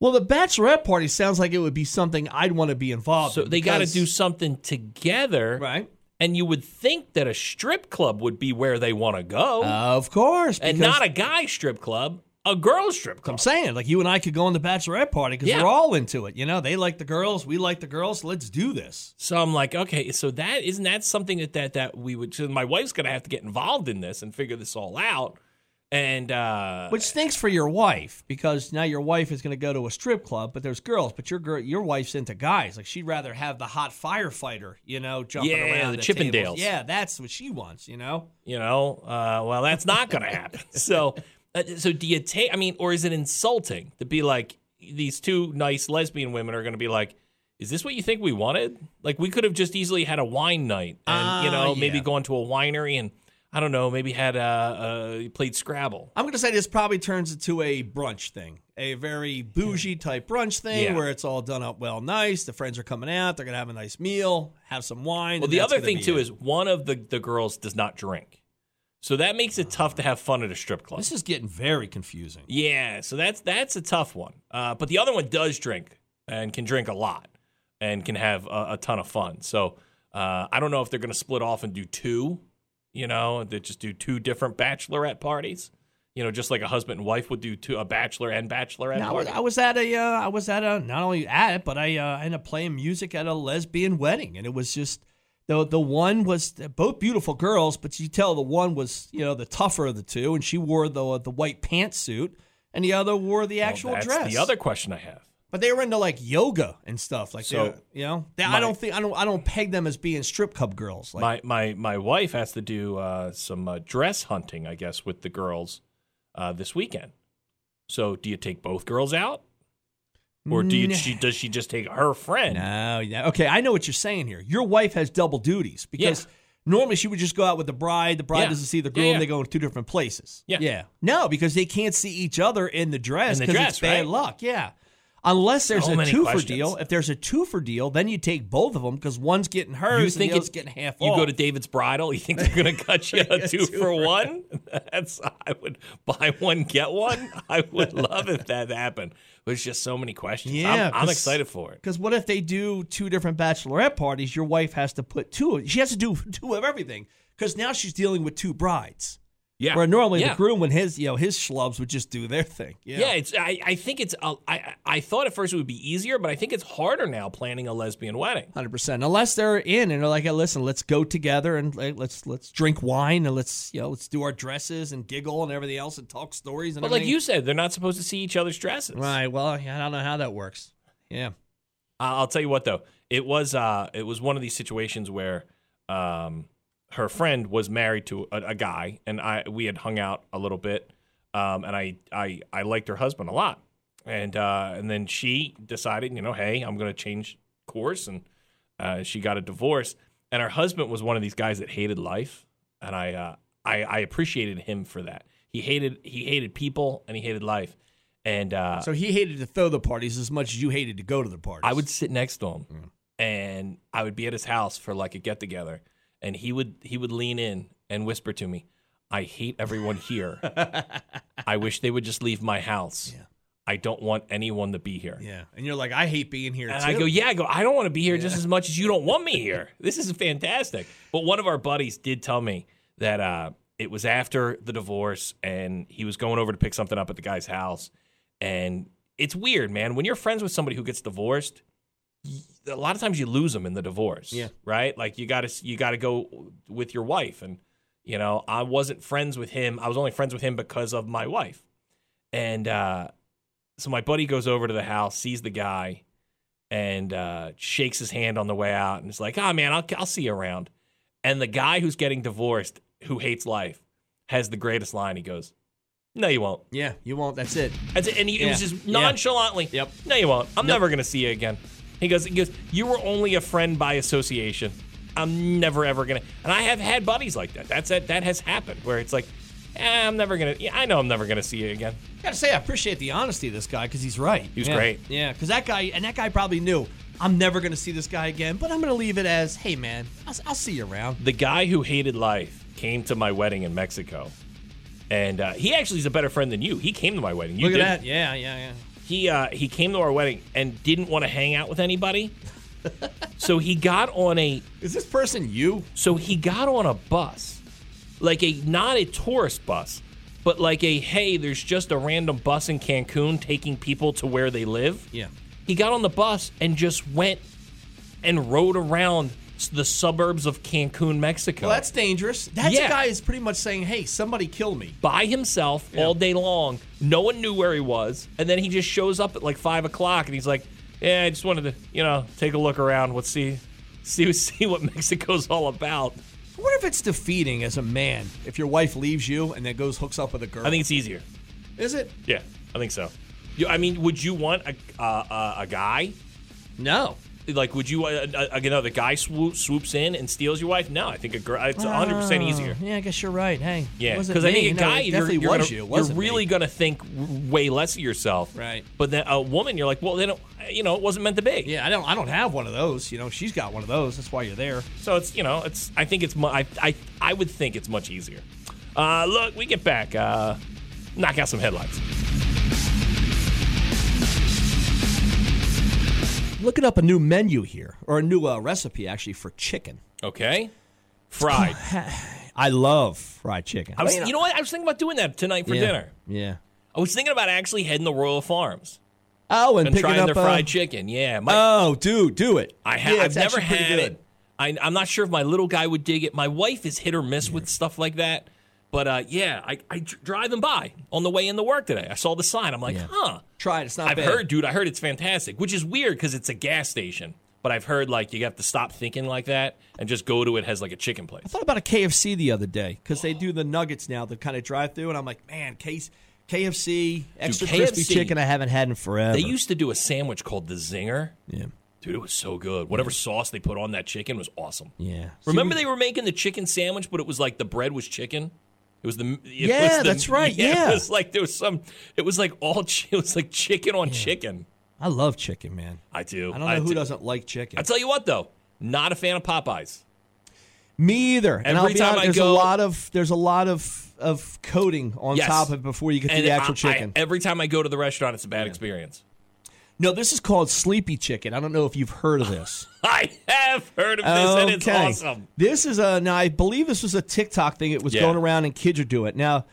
B: Well, the bachelorette party sounds like it would be something I'd want to be involved
A: So
B: in.
A: they got to
B: Oh, because-
A: do something together,
B: Right.
A: And you would think that a strip club would be where they want to go,
B: of course.
A: and
B: Oh. because-
A: not a guy strip club, a girl strip
B: I'm
A: club.
B: saying, like you and I could go on the bachelorette party because
A: Yeah.
B: we're all into it. You know, they like the girls, we like the girls. Let's do this.
A: So I'm like, okay, so that isn't that something that that that we would. So my wife's gonna have to get involved in this and figure this all out. And uh,
B: Which stinks for your wife because now your wife is going to go to a strip club, but there's girls. But your girl, your wife's into guys. Like she'd rather have the hot firefighter, you know, jumping
A: Yeah,
B: around
A: the
B: tables.
A: Chippendales.
B: Yeah, that's what she wants. You know,
A: you know, uh, well, that's not gonna happen. so, uh, so do you take? I mean, or is it insulting to be like these two nice lesbian women are gonna be like? Is this what you think we wanted? Like we could have just easily had a wine night, and you
B: Ah,
A: know, maybe
B: yeah.
A: gone to a winery and I don't know, maybe had uh, uh played Scrabble.
B: I'm going to say this probably turns into a brunch thing, a very bougie type brunch thing
A: Yeah.
B: where it's all done up well, nice. The friends are coming out. They're going to have a nice meal, have some wine.
A: Well,
B: and
A: the
B: that's
A: other
B: gonna
A: thing
B: be
A: too
B: it.
A: is one of the, the girls does not drink, so that makes it tough to have fun at a strip club.
B: this is getting very confusing.
A: yeah, so that's that's a tough one. Uh, but the other one does drink and can drink a lot and can have a, a ton of fun. So uh, I don't know if they're going to split off and do two, you know, they just do two different bachelorette parties. You know, just like a husband and wife would do two, a bachelor and bachelorette
B: No, I was-
A: party.
B: I was at a, uh, I was at a, not only at it, but I uh, ended up playing music at a lesbian wedding, and it was just the the one was both beautiful girls, but you tell the one was you know the tougher of the two, and she wore the the white pantsuit, and the other wore the
A: Well,
B: actual
A: that's
B: dress.
A: The other question I have.
B: but they were into like yoga and stuff like
A: So,
B: that. You know, They-
A: my-
B: I don't think I don't I don't peg them as being strip club girls. Like,
A: my my my wife has to do uh, some uh, dress hunting, I guess, with the girls uh, this weekend. So, do you take both girls out, or do you?
B: Nah.
A: She, does she just take her friend?
B: No, yeah. Okay, I know what you're saying here. Your wife has double duties because
A: Yeah.
B: normally she would just go out with the bride. The bride
A: Yeah.
B: doesn't see the
A: Yeah,
B: groom.
A: yeah.
B: They go in two different places.
A: Yeah.
B: Yeah. No, because they can't see each other in the dress
A: In the
B: because
A: dress,
B: it's bad
A: right?
B: luck. Yeah. Unless there's
A: So
B: a
A: many
B: twofer
A: questions.
B: deal. If there's a twofer deal, then you take both of them because one's getting hers
A: You
B: and
A: think
B: the other's
A: it-
B: getting half
A: You
B: off.
A: go to David's Bridal. You think they're going to cut you a two for one? That's I would buy one get one. I would love if that happened. There's just so many questions.
B: Yeah,
A: I'm, I'm
B: 'cause-
A: excited for it.
B: Because what if they do two different bachelorette parties? Your wife has to put two. of- She has to do two of everything because now she's dealing with two brides.
A: Yeah,
B: Where normally
A: yeah.
B: the groom and his you know his schlubs would just do their thing.
A: Yeah, it's. I, I think it's. Uh, I I I thought at first it would be easier, but I think it's harder now planning a lesbian wedding.
B: Hundred percent. Unless they're in and they're like, hey, "Listen, let's go together and like, let's let's drink wine and let's you know let's do our dresses and giggle and everything else and talk stories and
A: But like
B: everything."
A: you said, they're not supposed to see each other's dresses.
B: right? Well, I don't know how that works. Yeah,
A: I- I'll tell you what though, it was uh, it was one of these situations where um, her friend was married to a, a guy, and I we had hung out a little bit, um, and I, I I liked her husband a lot, and uh, and then she decided, you know, hey, I'm gonna change course, and uh, she got a divorce, and her husband was one of these guys that hated life, and I uh, I, I appreciated him for that. He hated he hated people and he hated life, and uh,
B: so he hated to throw the parties as much as you hated to go to the parties.
A: I would sit next to him and I would be at his house for like a get together, and he would he would lean in and whisper to me, "I hate everyone here. I wish they would just leave my house. I don't want anyone to be here."
B: Yeah. And you're like, I hate being here
A: And
B: too.
A: I go, yeah, I go, I don't want to be here just as much as you don't want me here. This is fantastic. But one of our buddies did tell me that uh, it was after the divorce and he was going over to pick something up at the guy's house. And it's weird, man. When you're friends with somebody who gets divorced, y- a lot of times you lose them in the divorce.
B: Yeah.
A: Right? Like you gotta you gotta go with your wife. And, you know, I wasn't friends with him. I was only friends with him because of my wife. And uh, so my buddy goes over to the house, sees the guy, and uh, shakes his hand on the way out, and is like, "Ah, man, I'll I'll see you around." And the guy who's getting divorced, who hates life, has the greatest line. He goes, "No, you won't."
B: yeah, you won't. That's it.
A: That's it. And he, it was
B: Yeah.
A: just
B: Yeah.
A: nonchalantly.
B: Yep.
A: No, you won't. I'm never gonna see you again. He goes. He goes. You were only a friend by association. I'm never ever gonna. And I have had buddies like that. That's that. That has happened where it's like, eh, I'm never gonna. Yeah, I know I'm never gonna see you again.
B: Gotta say, I appreciate the honesty of this guy because he's right. He
A: was
B: yeah.
A: great.
B: Yeah, because that guy and that guy probably knew I'm never gonna see this guy again, but I'm gonna leave it as, hey man, I'll, I'll see you around.
A: the guy who hated life came to my wedding in Mexico, and uh, he actually is a better friend than you. He came to my wedding. You
B: Look
A: didn't.
B: at that. Yeah, yeah, yeah.
A: He uh, he came to our wedding and didn't want to hang out with anybody. so he got on a
B: Is this person you?
A: so he got on a bus, like a not a tourist bus, but like a hey, there's just a random bus in Cancun taking people to where they live.
B: Yeah.
A: He got on the bus and just went and rode around the suburbs of Cancun, Mexico.
B: Well, that's dangerous. That's
A: Yeah.
B: a guy who's pretty much saying, hey, somebody kill me.
A: by himself all day long. No one knew where he was, and then he just shows up at like five o'clock, and he's like, "Yeah, I just wanted to, you know, take a look around. Let's see, see, see what Mexico's all about."
B: What if it's defeating as a man if your wife leaves you and then goes hooks up with a girl?
A: I think it's easier.
B: is it?
A: Yeah, I think so. You, I mean, would you want a uh, uh, a guy?
B: No.
A: Like, would you? Uh, uh, you know, the guy swoop, swoops in and steals your wife? No, I think a girl. It's hundred percent easier.
B: Uh, Yeah, I guess you're right. Hey.
A: Yeah,
B: wasn't
A: because I
B: me.
A: think a
B: No,
A: guy,
B: it
A: you're,
B: definitely
A: you're,
B: was
A: gonna-
B: you. It
A: you're
B: wasn't me.
A: really going to think w- way less of yourself.
B: Right.
A: But then a woman, you're like, well, they don't, you know, it wasn't meant to be.
B: Yeah, I don't. I don't have one of those. You know, she's got one of those. That's why you're there.
A: So it's, you know, it's, I think it's, mu- I, I, I would think it's much easier. Uh, look, we get back, uh, knock out some headlines.
B: Looking up a new menu here, or a new uh, recipe actually for chicken.
A: Okay. Fried.
B: I love fried chicken.
A: I was, you know what? I was thinking about doing that tonight for
B: yeah.
A: dinner.
B: Yeah.
A: I was thinking about actually heading to Royal Farms
B: Oh, and,
A: and
B: picking
A: trying
B: up
A: their
B: uh,
A: fried chicken. Yeah. My,
B: Oh, dude, do it.
A: I ha-
B: Yeah,
A: I've
B: it's
A: never
B: actually pretty
A: had
B: good.
A: it. I, I'm not sure if my little guy would dig it. My wife is hit or miss with stuff like that. But uh, yeah, I, I dr- driving by on the way into work today. I saw the sign. I'm like,
B: Yeah.
A: huh.
B: Try it. It's not
A: I've
B: bad.
A: heard, dude. I heard it's fantastic, which is weird because it's a gas station. But I've heard like you have to stop thinking like that and just go to it has like a chicken place.
B: I thought about a KFC the other day because they do the nuggets now, the kind of drive through, and I'm like, man, case KFC extra crispy
A: KFC
B: chicken I haven't had in forever.
A: They used to do a sandwich called the Zinger.
B: yeah,
A: Dude, it was so good. Whatever sauce they put on that chicken was awesome.
B: yeah.
A: Remember they were making the chicken sandwich, but it was like the bread was chicken. It was the it
B: Yeah,
A: was the-
B: that's right, yeah.
A: it was like there was some. It was like all. chi- It was like chicken on chicken.
B: I love chicken, man.
A: I do.
B: I don't know who
A: do.
B: doesn't like chicken.
A: I tell you what though, not a fan of Popeyes.
B: Me either. and I'll
A: Every
B: be
A: time
B: honest,
A: I
B: there's a
A: go-
B: lot of there's a lot of of coating on
A: Yes.
B: top of it before you get to
A: And
B: the actual
A: I- I-
B: chicken.
A: every time I go to the restaurant, it's a bad experience.
B: no, this is called sleepy chicken. I don't know if you've heard of this.
A: I have heard of this, and it's
B: Okay.
A: awesome.
B: This is a now I believe this was a TikTok thing. It was
A: Yeah.
B: going around and kids are doing it. Now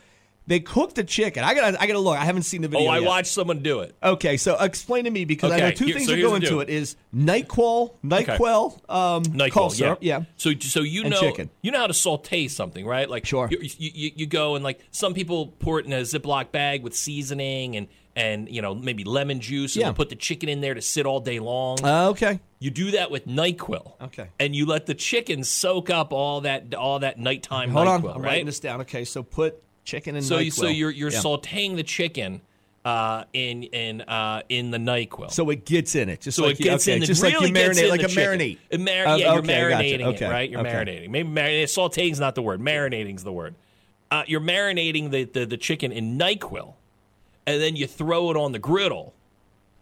B: they cooked the chicken. I gotta I gotta look. I haven't seen the
A: Oh,
B: video.
A: I
B: yet.
A: watched someone do it.
B: Okay, so explain to me because I know
A: Okay,
B: two
A: here-
B: things
A: so
B: that
A: here's
B: go
A: the
B: into
A: deal.
B: it is NyQuil, NyQuil, um,
A: Nyquil,
B: cough syrup, yeah.
A: So so you
B: And
A: know
B: chicken.
A: you know how to saute something, right? Like
B: Sure.
A: You, you, you- you go and like some people pour it in a Ziploc bag with seasoning and and you know maybe lemon juice and
B: Yeah.
A: they'll put the chicken in there to sit all day long.
B: Uh, okay,
A: you do that with Nyquil.
B: Okay.
A: And you let the chicken soak up all that all that nighttime
B: hold
A: NyQuil,
B: on. I'm
A: right?
B: writing this down. Okay, so put chicken and
A: so
B: NyQuil.
A: you, so you're you're
B: Yeah.
A: sauteing the chicken uh, in in uh, in the Nyquil.
B: So it gets in it, just
A: So
B: like
A: it
B: you-
A: gets
B: okay,
A: in the
B: just
A: really
B: like you
A: gets in
B: marinate, like
A: the
B: a
A: chicken.
B: marinate.
A: It mar-
B: Uh,
A: yeah, you're
B: okay, gotcha,
A: marinating
B: okay,
A: it, right? You're
B: okay.
A: marinating. Maybe marinate. Sauteing's not the word. Marinating's the word. Uh, you're marinating the, the the chicken in Nyquil, and then you throw it on the griddle,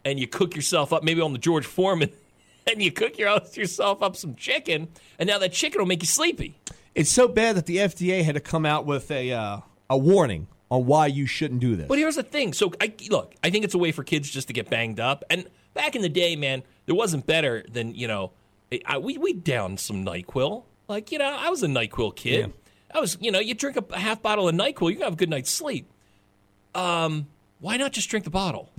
A: and you cook yourself up, maybe on the George Foreman and you cook your, yourself up some chicken, and now that chicken will make you sleepy.
B: It's so bad that the FDA had to come out with a uh, a warning on why you shouldn't do this.
A: But here's the thing. So I look, I think it's a way for kids just to get banged up. And back in the day, man, there wasn't better than you know. I- I, we we downed some Nyquil. Like you know, I was a Nyquil kid. I was you know, you drink a, a half bottle of Nyquil, you gonna have a good night's sleep. Um, why not just drink the bottle?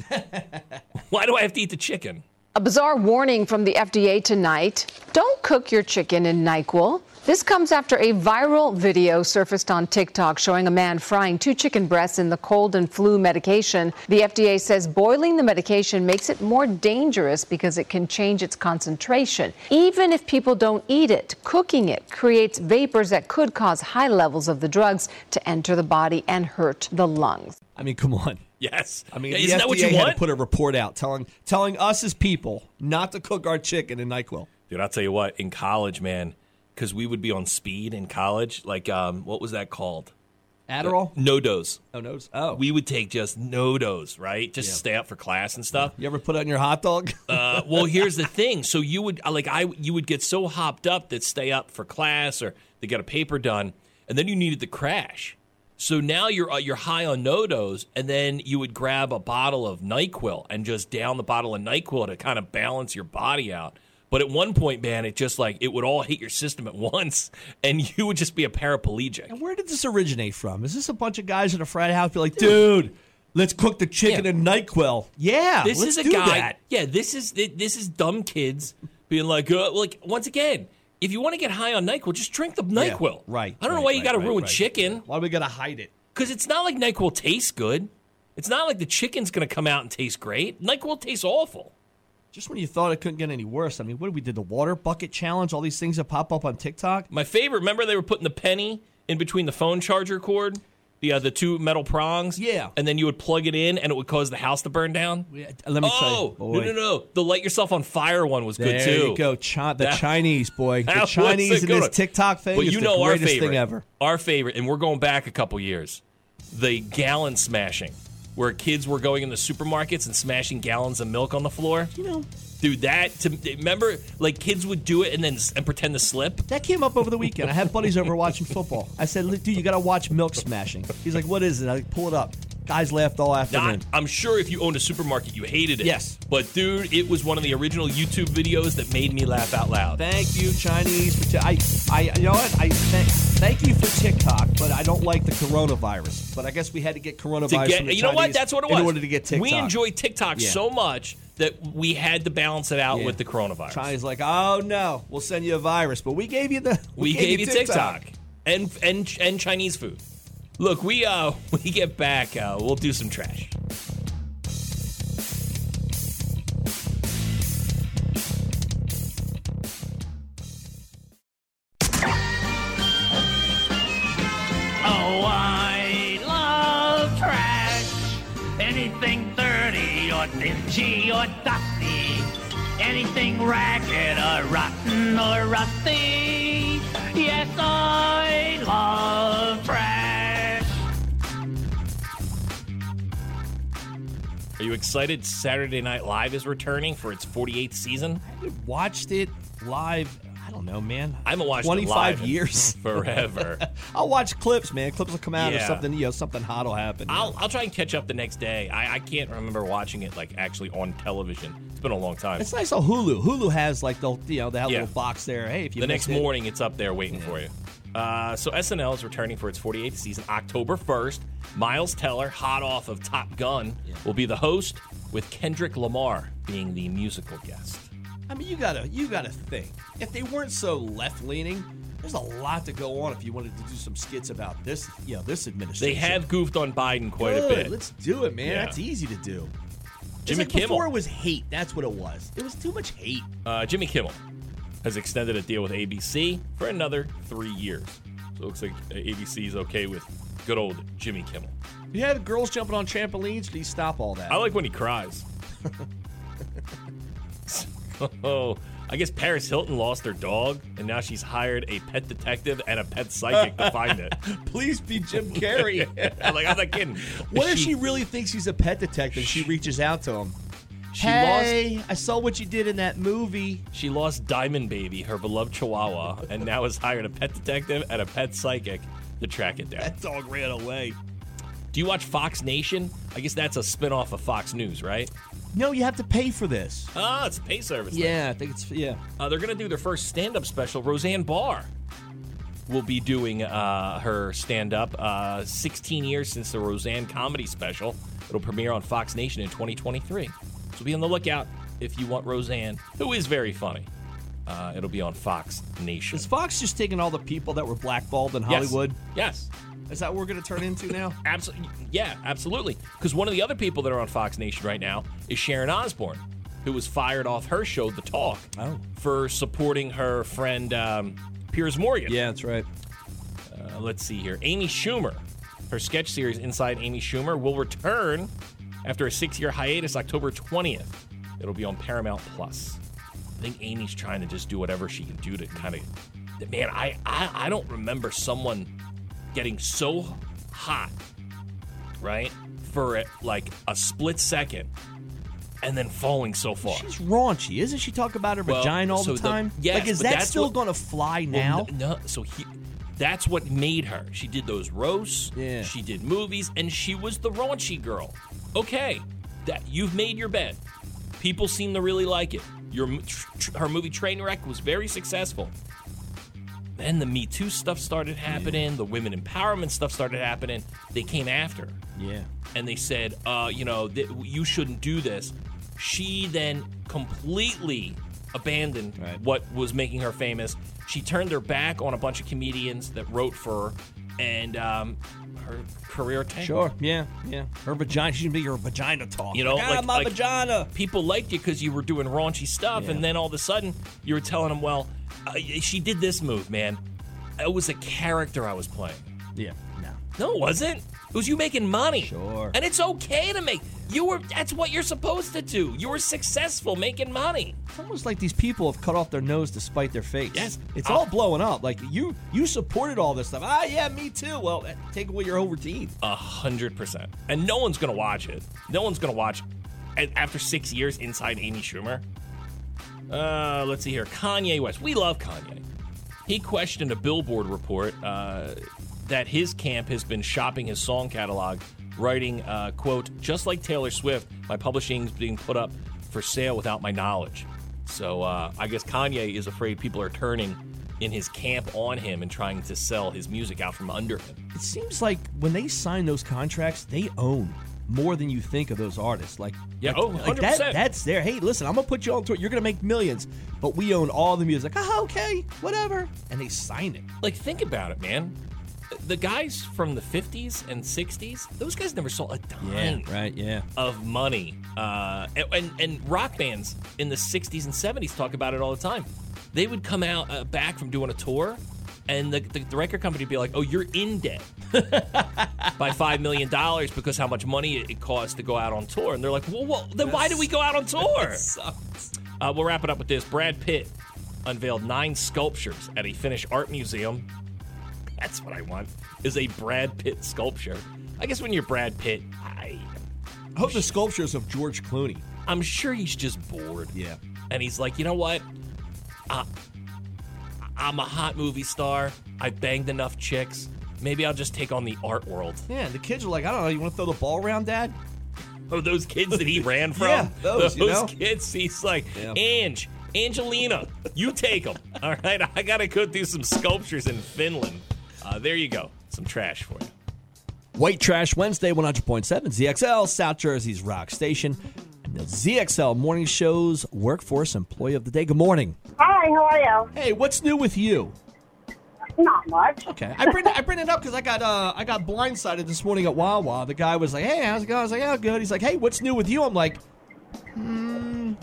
A: why do I have to eat the chicken?
E: A bizarre warning from the FDA tonight don't cook your chicken in NyQuil. This comes after a viral video surfaced on TikTok showing a man frying two chicken breasts in the cold and flu medication. The FDA says boiling the medication makes it more dangerous because it can change its concentration. Even if people don't eat it, cooking it creates vapors that could cause high levels of the drugs to enter the body and hurt the lungs.
B: I mean, come on.
A: Yes,
B: I mean,
A: isn't
B: the
A: that what
B: FDA
A: you
B: had
A: want?
B: to put a report out telling telling us as people not to cook our chicken in Nyquil.
A: Dude, I'll tell you what, in college, man, because we would be on speed in college. Like, um, what was that called?
B: Adderall?
A: No dose.
B: Oh no. Oh,
A: We would take just no dose, right? Just stay up for class and stuff.
B: you ever put it on your hot dog?
A: Uh, well, here's the thing. So you would uh, like I you would get so hopped up that stay up for class or they got a paper done, and then you needed to crash. So now you're uh, you're high on Nodos, and then you would grab a bottle of Nyquil and just down the bottle of Nyquil to kind of balance your body out. But at one point, man, it just like it would all hit your system at once, and you would just be a paraplegic.
B: Where did this originate from? Is this a bunch of guys in a frat house be like, dude, let's cook the chicken
A: Yeah.
B: in Nyquil? Yeah,
A: This
B: Ah, let's
A: is a
B: do
A: guy.
B: that.
A: Yeah, this is this is dumb kids being like, uh, like once again, if you want to get high on Nyquil, just drink the Nyquil.
B: right,
A: I don't know
B: right,
A: why you
B: right,
A: got to
B: right,
A: ruin
B: right.
A: chicken
B: Why do we gotta hide it?
A: because it's not like Nyquil tastes good. It's not like the chicken's gonna come out and taste great. Nyquil tastes awful.
B: Just when you thought it couldn't get any worse, I mean, what did we did? The water bucket challenge, all these things that pop up on TikTok.
A: My favorite. Remember they were putting the penny in between the phone charger cord. The, uh, the two metal prongs,
B: Yeah.
A: and then you would plug it in, and it would cause the house to burn down.
B: Yeah, Let me tell you,
A: Oh
B: boy.
A: no no no! The light yourself on fire one was
B: There
A: good too.
B: you go, Chi- the
A: That-
B: Chinese boy,
A: That
B: the
A: was
B: Chinese
A: a
B: in
A: good
B: this
A: one.
B: TikTok thing
A: But
B: is
A: you
B: the
A: know our
B: greatest
A: favorite,
B: thing ever.
A: Our favorite, and we're going back a couple years. The gallon smashing, where kids were going in the supermarkets and smashing gallons of milk on the floor.
B: You know,
A: Dude, that to remember, like kids would do it and then s- and pretend to slip.
B: That came up over the weekend. I had buddies over watching football. I said, "Look, "Dude, you got to watch milk smashing." He's like, "What is it?" I like, pull it up. Guys laughed all afternoon.
A: Not, I'm sure if you owned a supermarket, you hated it.
B: Yes.
A: but dude, it was one of the original YouTube videos that made me laugh out loud.
B: Thank you, Chinese. For t- I, I, you know what? I thank, thank you for TikTok, but I don't like the coronavirus. But I guess we had to get coronavirus.
A: to get,
B: from the
A: you know what?
B: Chinese
A: That's what it was.
B: In order to get TikTok,
A: we enjoy TikTok
B: Yeah.
A: so much that we had to balance it out
B: Yeah.
A: with the coronavirus.
B: China's like, "Oh no, we'll send you a virus," but we gave you the
A: we gave you TikTok, and and and Chinese food. Look, we uh we get back, uh, we'll do some trash.
F: Oh, I love trash. Anything dirty or dingy or dusty. Anything ragged or rotten or rusty. Yes, I love trash.
A: Are you excited? Saturday Night Live is returning for its 48th season.
B: Watched it live. I don't know, man.
A: I haven't watched it
B: 25
A: live in
B: years.
A: forever.
B: I'll watch clips, man. Clips will come out or
A: Yeah.
B: something. You know, something hot will happen.
A: I'll I'll try and catch up the next day. I, I can't remember watching it like actually on television. It's been a long time.
B: It's nice on Hulu. Hulu has like the you know they have a
A: Yeah.
B: little box there. Hey, if you
A: the
B: missed
A: next
B: it-
A: morning, it's up there waiting for you. Uh, so SNL is returning for its 48th season, October 1st. Miles Teller, hot off of Top Gun, will be the host, with Kendrick Lamar being the musical guest.
B: I mean, you gotta you gotta think. If they weren't so left leaning, there's a lot to go on. If you wanted to do some skits about this, you know, this
A: They
B: administration.
A: have goofed on Biden quite
B: Good,
A: a bit.
B: Let's do it, man.
A: Yeah.
B: That's easy to do.
A: Jimmy
B: it's like
A: Kimmel.
B: Before it was hate. That's what it was. It was too much hate.
A: Uh, Jimmy Kimmel has extended a deal with ABC for another three years. So it looks like uh, ABC is okay with good old Jimmy Kimmel.
B: You had girls jumping on trampolines. Please stop all that.
A: I like when he cries. oh, I guess Paris Hilton lost her dog, and now she's hired a pet detective and a pet psychic to find it.
B: Please be Jim Carrey.
A: I'm like, I'm not kidding.
B: what if she really thinks he's a pet detective? She reaches out to him.
A: She lost.
B: hey, I saw what you did in that movie.
A: She lost Diamond Baby, her beloved Chihuahua, and now has hired a pet detective and a pet psychic to track it down.
B: That dog ran away.
A: Do you watch Fox Nation? I guess that's a spinoff of Fox News, right?
B: No, you have to pay for this.
A: Ah, it's a pay service. then.
B: Yeah, I think it's yeah.
A: Uh, they're going to do their first stand up special. Roseanne Barr will be doing uh, her stand up uh, 16 years since the Roseanne comedy special. It'll premiere on Fox Nation in 2023. So be on the lookout if you want Roseanne, who is very funny. Uh, it'll be on Fox Nation.
B: Is Fox just taking all the people that were blackballed in
A: Yes.
B: Hollywood?
A: Yes.
B: Is that what we're going to turn into now?
A: Absolutely. Yeah, absolutely. Because one of the other people that are on Fox Nation right now is Sharon Osbourne, who was fired off her show, The Talk,
B: Oh.
A: for supporting her friend um, Piers Morgan.
B: that's right.
A: Uh, let's see here. Amy Schumer, her sketch series Inside Amy Schumer, will return after a six year hiatus October 20th. It'll be on Paramount Plus. I think Amy's trying to just do whatever she can do to kind of. Man, I, I, I don't remember someone getting so hot, right? For it, like a split second and then falling so far.
B: She's raunchy, isn't she? Talk about her
A: Well,
B: vagina all
A: so
B: the
A: the-
B: time.
A: yes,
B: like is
A: but
B: that
A: that's
B: still
A: what-
B: going to fly
A: Well,
B: now?
A: n- No, so he, that's what made her. She did those roasts.
B: Yeah.
A: She did movies, and she was the raunchy girl. Okay, that you've made your bed. People seem to really like it. Your m- tr- tr- her movie Trainwreck was very successful. Then the Me Too stuff started happening. The women empowerment stuff started happening. They came after. her
B: Yeah.
A: and they said, uh, you know, th- you shouldn't do this. She then completely abandoned
B: Right.
A: what was making her famous. She turned her back on a bunch of comedians that wrote for her, and um, her career tangled.
B: Sure. Yeah. Yeah. Her vagina. She's gonna be her vagina talk.
A: You know,
B: like, "Ah,
A: like-
B: my
A: like-
B: vagina.
A: People liked you because you were doing raunchy stuff,
B: Yeah.
A: and then all of a sudden you were telling them, well, uh, she did this move, man. It was a character I was playing.
B: Yeah. No.
A: No, it wasn't. It was you making money.
B: Sure.
A: And it's okay to make. You were. That's what you're supposed to do. You were successful making money.
B: It's almost like these people have cut off their nose to spite their face.
A: Yes. Ah.
B: It's
A: I'll-
B: all blowing up. Like you, you supported all this stuff. Ah, yeah, me too. Well, eh, take away your whole routine.
A: A hundred percent. And no one's gonna watch it. No one's gonna watch. And after six years inside Amy Schumer. Uh, let's see here. Kanye West. We love Kanye. He questioned a Billboard report uh, that his camp has been shopping his song catalog, writing, uh, "quote Just like Taylor Swift, my publishing's being put up for sale without my knowledge." So uh, I guess Kanye is afraid people are turning in his camp on him and trying to sell his music out from under him.
B: It seems like when they sign those contracts, they own more than you think of those artists. Like,
A: Yeah,
B: like,
A: oh,
B: like that,
A: 100%.
B: that's there. Hey, listen, I'm gonna put you on tour. You're gonna make millions, but we own all the music. Ah, okay, whatever. And they sign it.
A: like think about it, man. The guys from the 50s and 60s, those guys never saw a dime
B: Right. Yeah.
A: of money. Uh, and, and and rock bands in the 60s and 70s talk about it all the time. They would come out uh, back from doing a tour, and the, the, the record company would be like, "Oh, you're in debt by five million dollars because how much money it, it costs to go out on tour." And they're like, "Well, well then why did we go out on tour?" Uh, we'll wrap it up with this. Brad Pitt unveiled nine sculptures at a Finnish art museum. That's what I want. Is a Brad Pitt sculpture. I guess when you're Brad Pitt, I,
B: I hope the sculptures of George Clooney.
A: I'm sure he's just bored.
B: Yeah.
A: And he's like, you know what? Uh, I'm a hot movie star. I banged enough chicks. Maybe I'll just take on the art world.
B: Yeah. And the kids are like, I don't know. You want to throw the ball around, Dad?
A: Oh, those kids that he ran from.
B: Yeah, those, you know?
A: kids. He's like,
B: Yeah.
A: Ange, Angelina, you take them. All right, I gotta go do some sculptures in Finland. Uh, there you go, some trash for you.
B: White Trash Wednesday, 100.7 ZXL, South Jersey's rock station. And the ZXL Morning Show's Workforce Employee of the Day. Good morning.
G: Hi, how are you?
B: Hey, what's new with you?
G: Not much.
B: Okay, I bring I bring it up because I got uh I got blindsided this morning at Wawa. The guy was like, "Hey, how's it going?" I was like, "Oh, good." He's like, "Hey, what's new with you?" I'm like,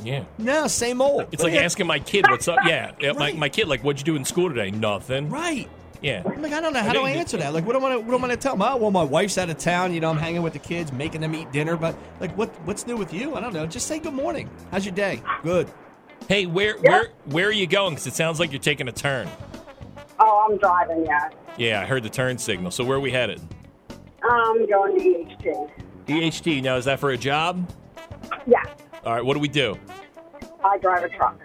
A: Yeah.
B: "No, same old."
A: It's like
B: Yeah.
A: asking my kid what's up. Yeah, yeah, my,
B: Right.
A: my kid, like, what'd you do in school today? Nothing.
B: right.
A: Yeah.
B: I'm like, I don't know how do I answer that. Like, what am I what am I to tell? 'em? Oh, well, my wife's out of town. You know, I'm hanging with the kids, making them eat dinner. But like, what what's new with you? I don't know. Just say good morning. How's your day? Good.
A: Hey, where where where are you going? Because it sounds like you're taking a turn.
G: Oh, I'm driving, yeah.
A: Yeah, I heard the turn signal. So where are we headed?
G: I'm going to E EHT.
A: EHT. Now is that for a job?
G: Yeah.
A: All right, what do we do?
G: I drive a truck.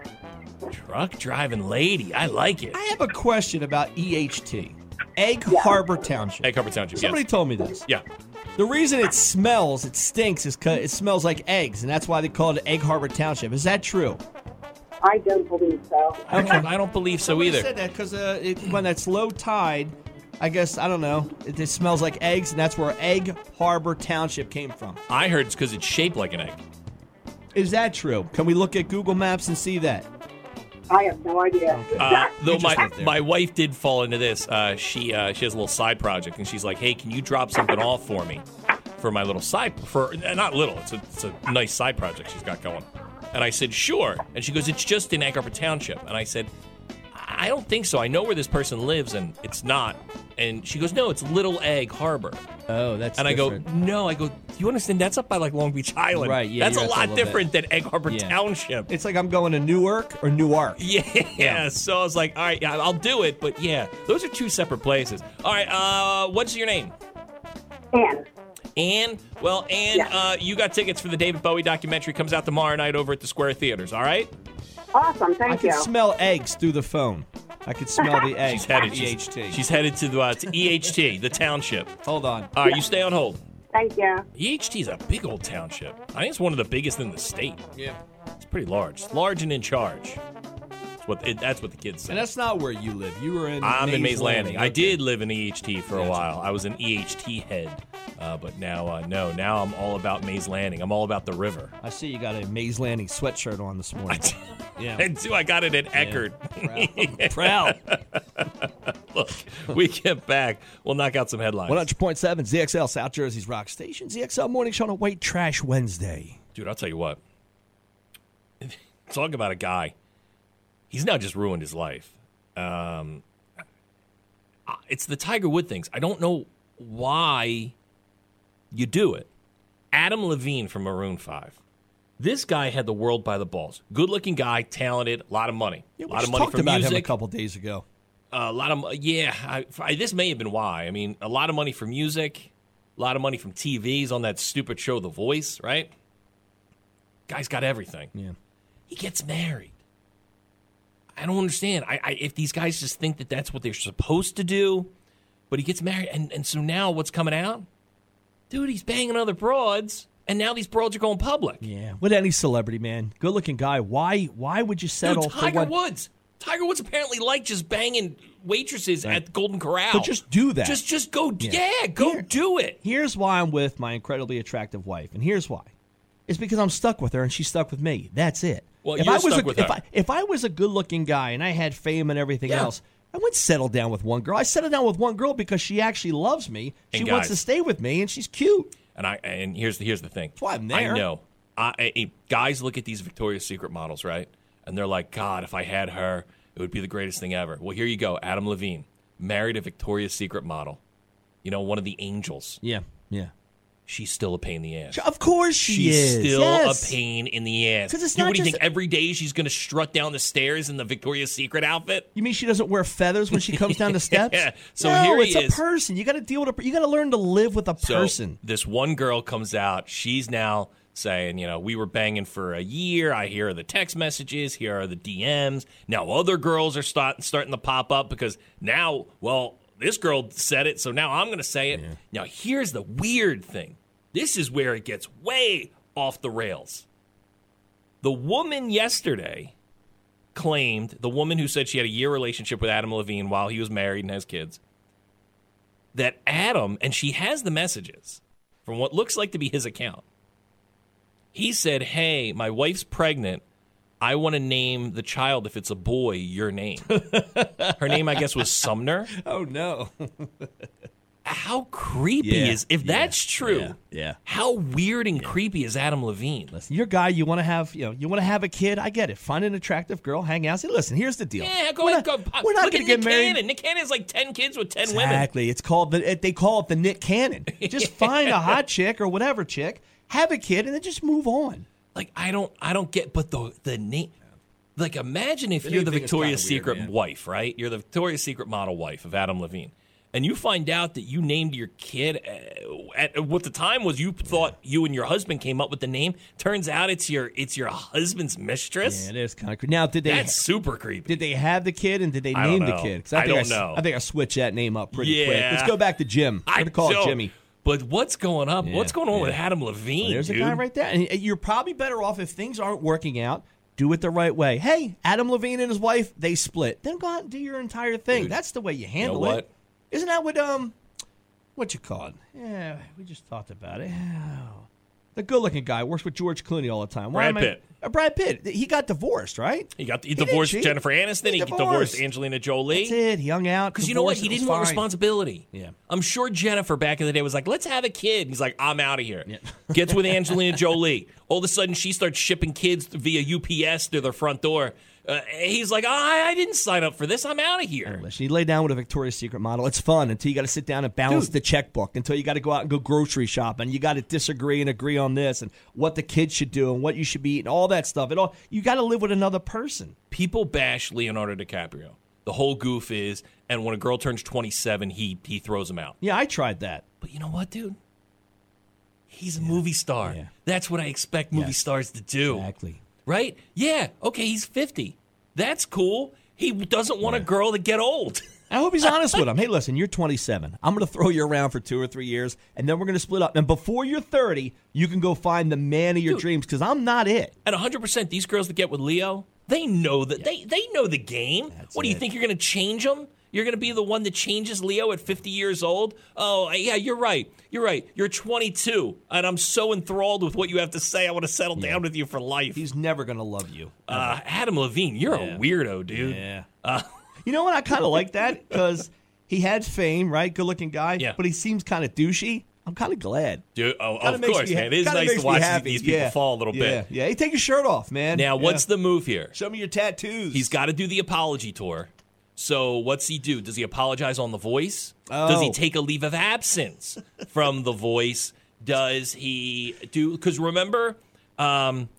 A: Truck driving lady. I like it.
B: I have a question about EHT, Egg Harbor Township.
A: Egg Harbor Township.
B: Somebody
A: yes.
B: told me this.
A: Yeah.
B: The reason it smells, it stinks, is 'cause it smells like eggs, and that's why they call it Egg Harbor Township. Is that true?
G: I don't believe so.
A: I don't, I don't believe so
B: Somebody
A: either.
B: said that because uh, it- when it's low tide, I guess I don't know. It just smells like eggs, and that's where Egg Harbor Township came from.
A: I heard it's because it's shaped like an egg.
B: Is that true? Can we look at Google Maps and see that?
G: I have no idea.
A: Uh, though
B: just
A: my
B: lived there.
A: my wife did fall into this. Uh, she uh, she has a little side project, and she's like, "Hey, can you drop something off for me for my little side for uh, not little? It's a, it's a nice side project she's got going." And I said, "Sure." And she goes, "It's just in Ann Arbor Township." And I said, "I don't think so. I know where this person lives, and it's not." And she goes, "No, it's Little Egg Harbor."
B: Oh, that's.
A: And I go, "No." I go, "Do you understand? That's up by like Long Beach Island.
B: Right, yeah,
A: That's a
B: you're up there a
A: lot
B: little
A: different than Egg Harbor
B: Yeah.
A: Township."
B: it's like I'm going to Newark or Newark.
A: Yeah. So I was like, all right, yeah, I'll do it. But yeah, those are two separate places. All right. Uh, what's your name?
G: And
A: Anne. Well, Anne,
G: Yeah.
A: uh, you got tickets for the David Bowie documentary. Comes out tomorrow night over at the Square Theaters. All right.
G: awesome,
B: I
G: thank
B: can
G: you.
B: smell eggs through the phone. I could smell the eggs.
A: She's headed.
B: from
A: She's,
B: EHT.
A: she's headed to the uh, to EHT, the township.
B: Hold on.
A: All right, you stay on hold.
G: thank you.
A: EHT is a big old township. I think it's one of the biggest in the state.
B: Yeah.
A: It's pretty large. It's large and in charge. That's what it, that's what the kids say.
B: And that's not where you live. You were in.
A: I'm in
B: Mays
A: Mays Landing. I
B: Okay.
A: did live in EHT for a while. I was an EHT head, uh, but now uh, no. Now I'm all about Mays Landing. I'm all about the river.
B: I see you got a Mays Landing sweatshirt on this morning. yeah.
A: And too, I got it at Eckerd.
B: Proud. Proud.
A: Look, we get back. We'll knock out some headlines.
B: 100.7 ZXL South Jersey's Rock Station. ZXL Morning Show on a White Trash Wednesday.
A: Dude, I'll tell you what. Talk about a guy. He's now just ruined his life. Um, I- it's the Tiger Wood things. I don't know why you do it. Adam Levine from Maroon 5. This guy had the world by the balls. Good looking guy, talented, a lot of money.
B: Yeah,
A: a
B: we
A: lot of
B: just
A: money
B: talked
A: for
B: about him a
A: music.
B: couple days ago.
A: a lot of, yeah, I, I, this may have been why. I mean, a lot of money for music, a lot of money from TVs on that stupid show, The Voice, right? Guy's got everything.
B: Yeah.
A: He gets married. I don't understand. I, I if these guys just think that that's what they're supposed to do, but he gets married, and and so now what's coming out? Dude, he's banging other broads, and now these broads are going public.
B: Yeah. With any celebrity, man. Good looking guy. Why why would you settle
A: Dude,
B: for
A: Tiger
B: one?
A: Woods. Tiger Woods apparently liked just banging waitresses at the Golden Corral.
B: So just do that.
A: Just just go. Yeah,
B: Yeah.
A: go
B: Here.
A: do it.
B: Here's why I'm with my incredibly attractive wife, and here's why. It's because I'm stuck with her and she's stuck with me. That's it.
A: Well,
B: if
A: you're
B: I was
A: stuck
B: a,
A: with
B: if
A: her.
B: I, if I was a good looking guy and I had fame and everything
A: Yeah.
B: else, I wouldn't settle down with one girl. I settle down with one girl because she actually loves me.
A: And
B: she wants to
A: guys.
B: stay with me and she's cute.
A: And I and here's the here's the thing. That's
B: why I'm there.
A: I know. I, I- I- guys look at these Victoria's Secret models, right? And they're like, God, if I had her, it would be the greatest thing ever. Well, here you go. Adam Levine married a Victoria's Secret model. You know, one of the angels.
B: Yeah. Yeah.
A: She's still a pain in the ass.
B: Of course she
A: She's
B: is.
A: still
B: yes.
A: a pain in the ass.
B: 'Cause it's
A: you,
B: not
A: what do you
B: just-
A: think? Every day she's going to strut down the stairs in the Victoria's Secret outfit?
B: You mean she doesn't wear feathers when she comes down the steps?
A: Yeah. So
B: no,
A: here he
B: it's
A: is.
B: a person. You got to deal with a. per- You got to learn to live with a
A: So
B: person.
A: this one girl comes out. She's now saying, you know, we were banging for a year. I hear the text messages. Here are the DMs. Now other girls are start, starting to pop up because now, well, this girl said it, so now I'm going to say it. Now here's the weird thing. This is where it gets way off the rails. The woman yesterday claimed, the woman who said she had a year relationship with Adam Levine while he was married and has kids, that Adam, and she has the messages from what looks like to be his account. He said, Hey, my wife's pregnant. I want to name the child, if it's a boy, your name. Her name, I guess, was Sumner.
B: oh no.
A: How creepy
B: Yeah,
A: is, if
B: yeah,
A: that's true,
B: yeah, yeah.
A: how weird and creepy is Adam Levine?
B: Listen, your guy, you want to have, you know, you want to have a kid. I get it. Find an attractive girl, hang out. Say, listen, here's the deal.
A: Yeah, go
B: we're
A: ahead.
B: not,
A: go, pop-
B: We're not
A: look
B: going
A: at
B: to get
A: Nick
B: married.
A: Cannon. Nick Cannon's like 10 kids with 10 women.
B: Exactly. It's called the. It, they call it the Nick Cannon. Just find a hot chick or whatever chick, have a kid, and then just move on.
A: like I don't I don't get but the the name like imagine if you're
B: name
A: the
B: thing is
A: Victoria's
B: kinda weird,
A: Secret
B: man.
A: wife, right? You're the Victoria's Secret model wife of Adam Levine. and you find out that you named your kid uh, at what the time was you thought you and your husband came up with the name. Turns out it's your it's your husband's mistress.
B: Yeah, it is kind of creepy. Now, did they?
A: That's super creepy.
B: Did they have the kid and did they
A: I
B: name
A: don't
B: the
A: know.
B: kid? 'Cause
A: I
B: think
A: don't
B: s-
A: know.
B: I think I switched that name up pretty quick.
A: Yeah.
B: Let's go back to Jim. I'm gonna call it
A: don't-
B: Jimmy.
A: But what's going up? what's going on
B: yeah.
A: with Adam Levine?
B: There's
A: dude?
B: a guy right there. And uh, you're probably better off if things aren't working out. Do it the right way. Hey, Adam Levine and his wife, they split. Then go out and do your entire thing. That's the way you handle
A: what?
B: it. Isn't that what um what you call it? Yeah, we just talked about it. Oh. The good-looking guy works with George Clooney all the time. Why
A: Brad
B: am I-
A: Pitt.
B: Uh, Brad Pitt. He got divorced, right?
A: He got he,
B: didn't
A: divorced
B: cheat.
A: Jennifer Aniston. He, divorced.
B: divorced.
A: Angelina Jolie.
B: That's it. He hung out
A: Because you know what?
B: divorced,
A: He
B: it was
A: didn't want
B: fine.
A: responsibility.
B: Yeah.
A: I'm sure Jennifer back in the day was like, let's have a kid. He's like, I'm out of here. Gets with Angelina Jolie. All of a sudden, she starts shipping kids via UPS to their front door. Uh, he's like, I, I didn't sign up for this. I'm out of here.
B: She lay down with a Victoria's Secret model. It's fun until you got to sit down and balance the checkbook, until you got to go out and go grocery shopping. You got to disagree and agree on this and what the kids should do and what you should be eating, all that stuff. It all you got to live with another person.
A: People bash Leonardo DiCaprio. The whole goof is, and when a girl turns 27, he he throws him out.
B: Yeah, I tried that.
A: But you know what, dude? He's a movie star. That's what I expect movie stars to do.
B: Exactly.
A: Right? Yeah. Okay, he's 50. That's cool. He doesn't want a girl to get old.
B: I hope he's honest with him. Hey, listen, you're 27. I'm going to throw you around for two or three years, and then we're going to split up. And before you're 30, you can go find the man of your dreams because I'm not it.
A: And 100% these girls that get with Leo, they know that they they know the game. what do you
B: it.
A: think you're going to change them? You're going to be the one that changes Leo at 50 years old? Oh, yeah, you're right. You're right. You're 22 and I'm so enthralled with what you have to say. I want to settle down with you for life.
B: He's never going to love you.
A: Uh, Adam Levine, you're a weirdo, dude. Uh,
B: Yeah. you know what? I kind of like that because he had fame, right? Good looking guy.
A: Yeah.
B: But he seems kind of douchey. I'm kind of glad.
A: Dude, oh,
B: Kinda
A: of
B: makes
A: course,
B: me ha-
A: man. It is
B: kinda
A: nice
B: makes
A: to
B: me
A: watch
B: happy.
A: these people
B: Yeah.
A: fall a little
B: yeah.
A: bit.
B: Yeah. Hey, take your shirt off, man.
A: Now,
B: Yeah.
A: what's the move here?
B: Show me your tattoos.
A: He's got to do the apology tour. So, what's he do? Does he apologize on The Voice? Does he
B: Oh.
A: take a leave of absence from The Voice? Does he do? Because remember, um,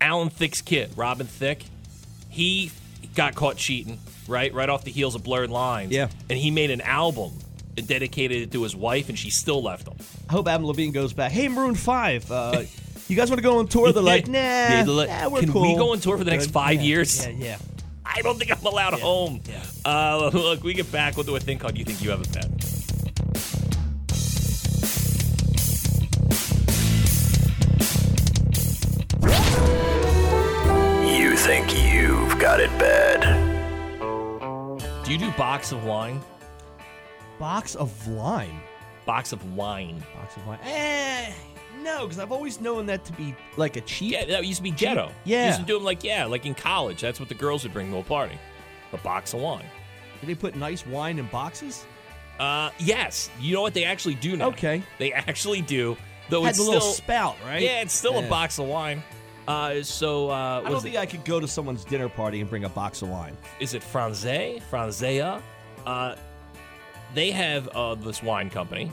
A: Alan Thicke's kid, Robin Thicke, he got caught cheating, right? Right off the heels of Blurred Lines.
B: Yeah.
A: And he made an album and dedicated it to his wife, and she still left him.
B: I hope Adam Levine goes back. Hey, Maroon 5. Uh, you guys want to go on tour? They're like, nah.
A: Yeah, they're like,
B: nah, we're
A: Can we
B: cool."
A: go on tour for the next
B: Good.
A: five
B: Yeah,
A: years?
B: Yeah, yeah.
A: I don't think I'm allowed home. Uh, look, we get back. We'll do a thing called You Think You Have a Pet.
H: You think you've got it bad.
A: Do you do box of wine?
B: Box of lime.
A: Box of wine.
B: Box of wine. Eh, no, because I've always known that to be like a cheat.
A: Yeah, that used to be ghetto.
B: Yeah.
A: Used to do them like, yeah, like in college. That's what the girls would bring to a party. A box of wine.
B: Do they put nice wine in boxes?
A: Uh, yes. You know what they actually do now?
B: Okay.
A: They actually do. Though
B: Had
A: it's
B: the
A: still,
B: little spout, right?
A: Yeah, it's still
B: Yeah.
A: a box of wine. Uh, so uh,
B: I
A: was
B: don't
A: it-
B: think I could go to someone's dinner party and bring a box of wine.
A: is it Franze, Franzea? Uh, they have uh, this wine company,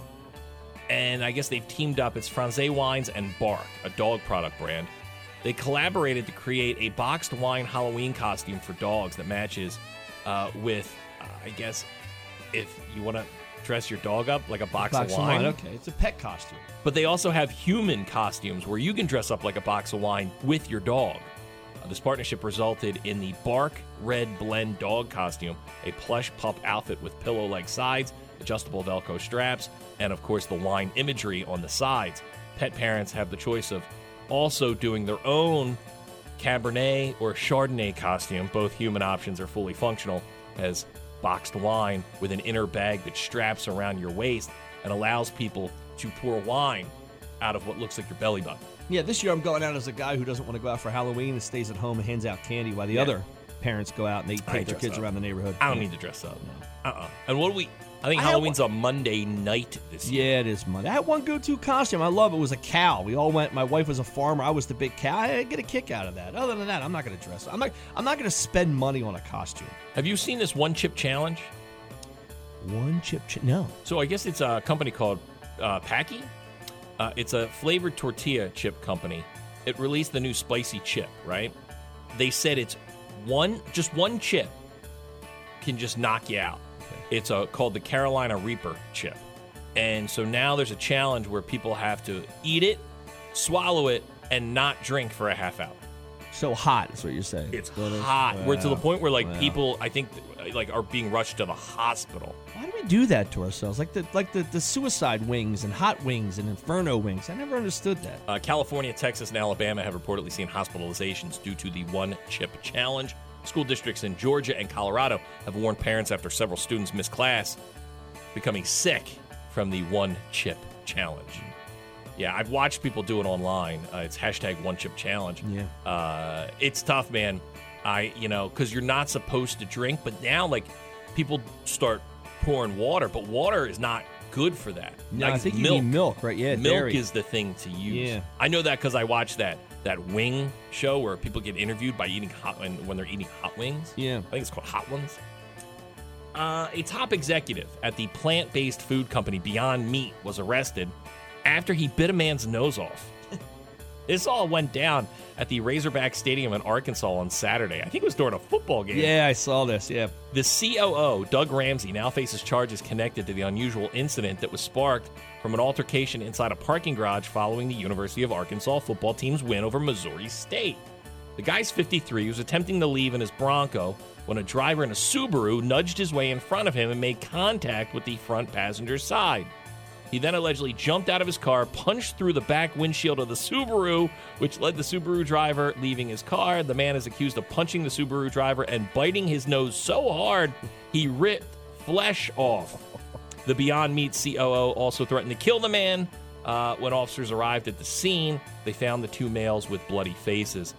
A: and I guess they've teamed up. It's Franze Wines and Bark, a dog product brand. They collaborated to create a boxed wine Halloween costume for dogs that matches uh, with, uh, I guess, if you want to dress your dog up like a box,
B: box
A: of wine.
B: Okay, it's a pet costume.
A: But they also have human costumes where you can dress up like a box of wine with your dog. Uh, this partnership resulted in the Bark Red Blend dog costume, a plush pup outfit with pillow like sides, adjustable Velcro straps, and of course the wine imagery on the sides. Pet parents have the choice of also doing their own Cabernet or Chardonnay costume. Both human options are fully functional as boxed wine with an inner bag that straps around your waist and allows people to pour wine out of what looks like your belly button.
B: Yeah, this year I'm going out as a guy who doesn't want to go out for Halloween and stays at home and hands out candy while the
A: Yeah.
B: other parents go out and they
A: I
B: take their
A: dress
B: kids
A: up.
B: around the neighborhood.
A: I don't need to dress up. Uh uh And what do we? I think
B: I don't
A: Halloween's a Monday night this year.
B: Yeah, it is Monday. I had one go-to costume. I love it. It was a cow. We all went. My wife was a farmer. I was the big cow. I get a kick out of that. Other than that, I'm not going to dress. up. I'm not. I'm not going to spend money on a costume.
A: Have you seen this one chip challenge?
B: One chip. Ch- no.
A: So I guess it's a company called uh, Packy. Uh, it's a flavored tortilla chip company. It released the new spicy chip, right? They said it's one, just one chip can just knock you out. It's a, called the Carolina Reaper chip. And so now there's a challenge where people have to eat it, swallow it, and not drink for a half hour.
B: So hot is what you're saying.
A: It's hot. We're to the point where like people, I think, like are being rushed to the hospital.
B: Why do we do that to ourselves? Like the like the, the suicide wings and hot wings and inferno wings. I never understood that.
A: Uh, California, Texas, and Alabama have reportedly seen hospitalizations due to the one chip challenge. School districts in Georgia and Colorado have warned parents after several students miss class, becoming sick from the one chip challenge. Yeah, I've watched people do it online. Uh, it's hashtag one chip challenge.
B: Yeah.
A: Uh, it's tough, man. I, you know, because you're not supposed to drink, but now, like, people start pouring water, but water is not good for that.
B: No,
A: like,
B: I think
A: milk,
B: you need milk, right? Yeah,
A: milk
B: dairy.
A: is the thing to use.
B: Yeah.
A: I know that because I watched that that wing show where people get interviewed by eating hot when, when they're eating hot wings.
B: Yeah.
A: I think it's called Hot Ones. Uh, a top executive at the plant based food company Beyond Meat was arrested after he bit a man's nose off. this all went down at the Razorback Stadium in Arkansas on Saturday. I think it was during a football game.
B: Yeah, I saw this. Yeah.
A: The COO, Doug Ramsey, now faces charges connected to the unusual incident that was sparked from an altercation inside a parking garage following the University of Arkansas football team's win over Missouri State. The guy's 53, he was attempting to leave in his Bronco when a driver in a Subaru nudged his way in front of him and made contact with the front passenger side. He then allegedly jumped out of his car, punched through the back windshield of the Subaru, which led the Subaru driver leaving his car. The man is accused of punching the Subaru driver and biting his nose so hard he ripped flesh off. The Beyond Meat COO also threatened to kill the man. Uh, when officers arrived at the scene, they found the two males with bloody faces.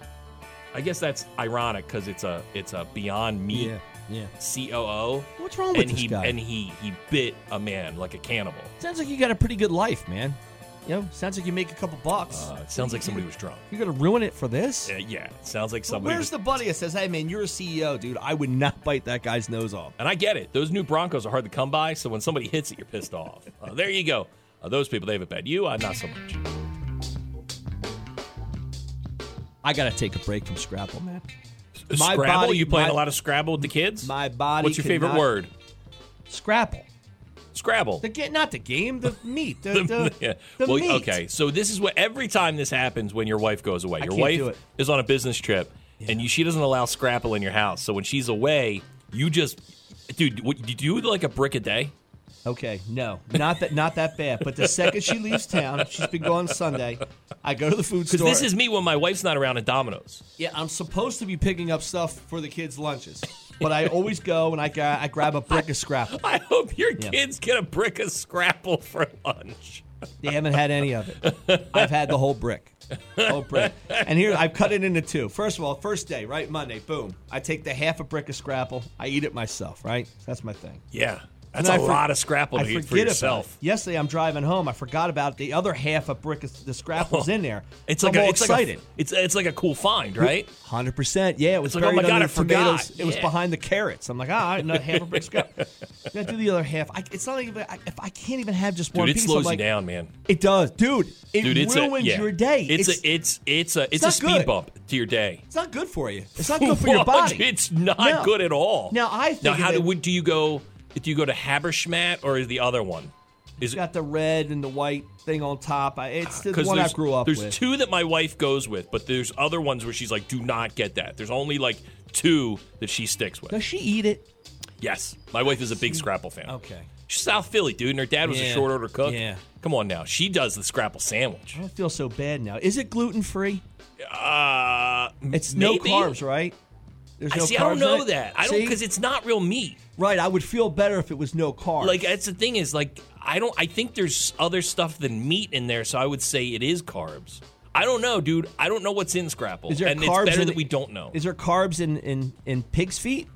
A: I guess that's ironic because it's a it's a Beyond Meat
B: Yeah, yeah.
A: COO.
B: What's wrong with
A: and
B: this
A: he,
B: guy?
A: And he he bit a man like a cannibal.
B: Sounds like you got a pretty good life, man. You know, sounds like you make a couple bucks.
A: Uh, it sounds like somebody was drunk.
B: You're gonna ruin it for this?
A: Uh, yeah, it sounds like somebody.
B: Where's
A: was-
B: the buddy that says, "Hey, man, you're a CEO, dude. I would not bite that guy's nose off."
A: and I get it. Those new Broncos are hard to come by, so when somebody hits it, you're pissed off. Uh, there you go. Uh, those people, they have it bad. You, uh, not so much.
B: I gotta take a break from Scrapple, man. My
A: Scrabble?
B: body-
A: you playing
B: my-
A: a lot of Scrabble with the kids?
B: My body.
A: What's your favorite
B: cannot-
A: word?
B: Scrapple.
A: Scrabble.
B: The ga- not the game, the meat. The, the,
A: The- yeah.
B: the
A: well,
B: meat.
A: okay. So this is what every time this happens when your wife goes away. Your
B: can't
A: wife
B: do it.
A: is on a business trip, and you, she doesn't allow Scrapple in your house. So when she's away, you just, dude, what, do you do like a brick a day?
B: Okay, no, not that, not that bad. But the second she leaves town, she's been gone Sunday. I go to the food
A: Because
B: store.
A: this is me when my wife's not around at Domino's.
B: yeah, I'm supposed to be picking up stuff for the kids' lunches, but I always go and I gra- I grab a brick of Scrapple.
A: I hope your
B: Yeah.
A: kids get a brick of Scrapple for lunch.
B: They haven't had any of it. I've had the whole brick. Whole brick. And here I've cut it into two. First of all, first day, right? Monday, boom. I take the half a brick of scrapple. I eat it myself, right? That's my thing.
A: Yeah, that's
B: And
A: a
B: I for-
A: lot of Scrapple
B: I
A: to eat
B: forget
A: for yourself.
B: About it. Yesterday I'm driving home. I forgot about it. the other half of brick of the scrapple's in there.
A: Oh, It's
B: I'm
A: like
B: all
A: a, it's
B: excited.
A: Like a, it's it's like a cool find, right?
B: Hundred percent, yeah. It was
A: like, oh my
B: buried
A: God,
B: under
A: I
B: the
A: forgot.
B: tomatoes. It was
A: Yeah.
B: behind the carrots. I'm like, ah, I not half a brick scrapple. Then I do the other half. I, it's not even. I, if I can't even have just one
A: Dude, it
B: piece. I'm
A: slows
B: like,
A: you down, man.
B: It does, dude. It
A: Dude, it's
B: ruins
A: a, yeah.
B: your day.
A: It's, a it's it's a it's, a
B: not
A: speed
B: good.
A: bump to your day.
B: It's not good for you. It's not good for your
A: What?
B: body.
A: It's not
B: No.
A: good at all.
B: Now, I
A: now
B: think
A: how
B: that-
A: do would do you go? Do you go to Haberschmat or is the other one? Is
B: It's
A: it
B: got the red and the white thing on top. I, it's the
A: because
B: one I
A: there's,
B: grew up
A: there's
B: with.
A: two that my wife goes with, but there's other ones where she's like, do not get that. There's only like two that she sticks with.
B: Does she eat it?
A: Yes, my wife is a big Scrapple fan.
B: Okay.
A: She's South Philly, dude, and her dad was a
B: Yeah.
A: short order cook.
B: Yeah.
A: Come on now, she does the Scrapple sandwich.
B: I don't feel so bad now. Is it gluten free?
A: Uh,
B: It's no
A: maybe?
B: carbs, right? There's
A: I
B: no
A: see.
B: carbs
A: I don't
B: in
A: know
B: it?
A: that. I don't
B: See?
A: because it's not real meat.
B: right. I would feel better if it was no carbs.
A: Like that's the thing is like I don't. I think there's other stuff than meat in there, so I would say it is carbs. I don't know, dude. I don't know what's in Scrapple,
B: is there
A: and
B: carbs
A: it's better
B: in,
A: that we don't know.
B: Is there carbs in in in pig's feet?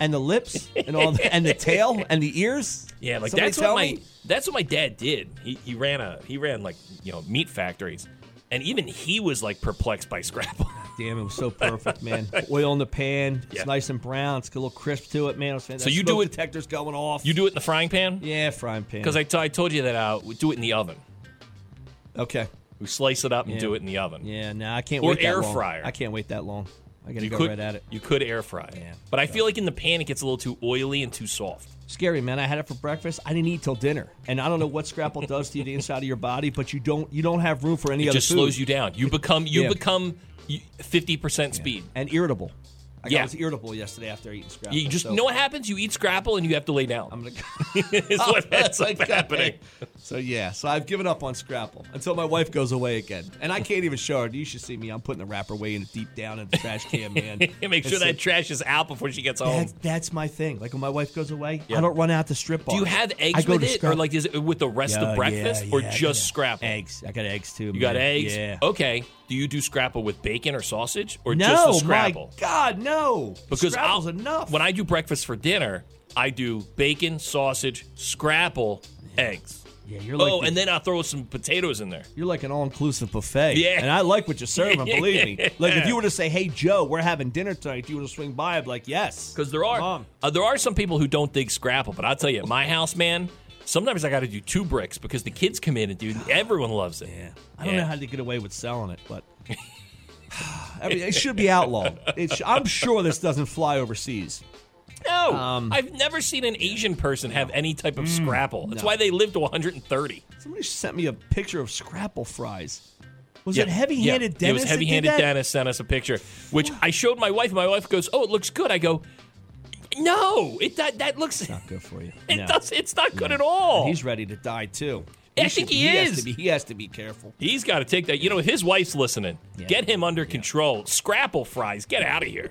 B: And the lips and all, the, and the tail and the ears.
A: Yeah, like
B: Somebody
A: that's
B: tell
A: what my
B: me?
A: that's what my dad did. He, he ran a he ran like you know meat factories, and even he was like perplexed by Scrapple.
B: Damn, it was so perfect, man. Oil in the pan. It's
A: Yeah.
B: nice and brown. It's got a little crisp to it, man. It was fantastic.
A: you do
B: Smoke
A: it-
B: Detector's going off.
A: you do it in the frying pan
B: Yeah, frying pan.
A: because I t- I told you that uh, we do it in the oven.
B: okay.
A: We slice it up and
B: Yeah.
A: do it in the oven.
B: Yeah, no, I can't
A: Or
B: wait that
A: air
B: long.
A: fryer.
B: I can't wait that long. I gotta
A: you
B: go
A: could,
B: right at it.
A: You could air fry it. But I feel like in the pan, it gets a little too oily and too soft.
B: Scary man, I had it for breakfast. I didn't eat till dinner, and I don't know what scrapple does to you, the inside of your body, but you don't you don't have room for any
A: it
B: other.
A: just slows
B: food.
A: you down. You become you
B: Yeah.
A: become fifty percent speed
B: and irritable. I got-
A: yeah,
B: I was irritable yesterday after eating scrapple.
A: you just
B: so-
A: know what happens. You eat scrapple and you have to lay down. I'm gonna. is
B: Oh,
A: what ends up
B: Okay.
A: happening.
B: So yeah, so I've given up on Scrapple until my wife goes away again, and I can't even show her. You should see me. I'm putting the wrapper away in deep down in the trash can, man.
A: Make sure
B: It's
A: that
B: like-
A: trash is out before she gets home.
B: That's, that's my thing. Like when my wife goes away,
A: Yeah.
B: I don't run out to strip
A: Do
B: bars.
A: you have
B: I
A: eggs
B: go
A: with
B: to
A: it, or
B: Scrapple.
A: like is it with the rest
B: Yeah,
A: of breakfast,
B: yeah,
A: or
B: yeah, I
A: just
B: got
A: scrapple?
B: Eggs. I got eggs too.
A: You got
B: man.
A: eggs.
B: Yeah.
A: Okay. Do you do scrapple with bacon or sausage, or
B: no,
A: just the scrapple?
B: my God, no.
A: Because
B: Scrapple's
A: I'll-
B: enough.
A: When I do breakfast for dinner, I do bacon, sausage, scrapple, eggs. Yeah,
B: you're like
A: oh,
B: the-
A: and then I throw some potatoes in there.
B: You're like an all-inclusive buffet.
A: Yeah.
B: And I like what you're serving. believe me. Like if
A: Yeah.
B: you were to say, "Hey Joe, we're having dinner tonight. Do you want to swing by?" I'd be like, "Yes."
A: Because there are uh, there are some people who don't dig scrapple, but I'll tell you, at my house, man, sometimes I got to do two bricks because the kids come in and do. Everyone loves it. Yeah,
B: I don't know how they get away with selling it, but I mean, it should be outlawed. It sh- I'm sure this doesn't fly overseas.
A: No,
B: Um, Mm.
A: I've never seen an Asian person have any type of scrapple. That's why they live to 130.
B: Somebody sent me a picture of Scrapple fries. Was
A: Yeah,
B: it heavy-handed
A: yeah.
B: Dennis?
A: It was
B: that did
A: heavy-handed
B: that?
A: Dennis sent us a picture, which I showed my wife. and My wife goes, "Oh, it looks good." I go, "No, it that that looks not
B: good for you.
A: It
B: No.
A: does. It's not good
B: No.
A: at all."
B: And he's ready to die too.
A: I think he
B: has
A: is.
B: to be- he has to be careful.
A: He's got to take that. You know, his wife's listening. Get him under control. Scrapple fries. Get out of here.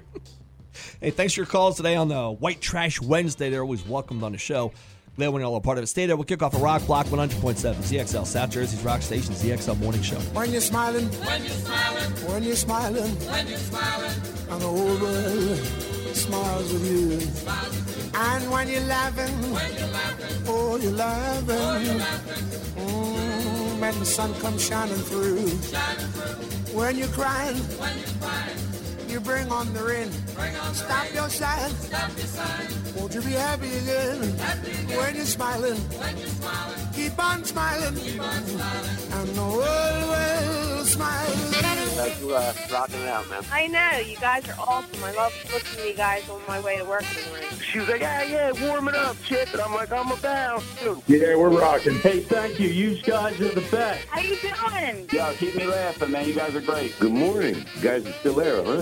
B: Hey, thanks for your calls today on the White Trash Wednesday. They're always welcomed on the show. Glad when you're all a part of it. Stay there. We'll kick off a rock block 100.7 ZXL, South Jersey's Rock Station, ZXL Morning Show.
I: When you're smiling, when you're smiling, when you're smiling, when you're smiling, and the whole world smiles with you. And when you're laughing, when you're laughing, oh, you're laughing. Mm, when the sun comes shining through. When you're crying, when you're crying, you bring on the rain. Stop your sighing. Stop your sighing. Won't you be happy again? Happy again. When you're smiling, when you're smiling, keep on smiling. Keep on smiling. And the world will smile.
J: Thanks for uh, rocking it out, man.
K: I know, you guys are awesome. I love listening to you guys on my way to work in the morning.
J: She was like, yeah, yeah, warm it up, chick. And I'm like, I'm about to.
L: Yeah, we're rocking. Hey, thank you. You guys are the best.
K: How you doing?
J: Yo, keep me laughing, man. You guys are great.
H: Good morning. You guys are still there, huh?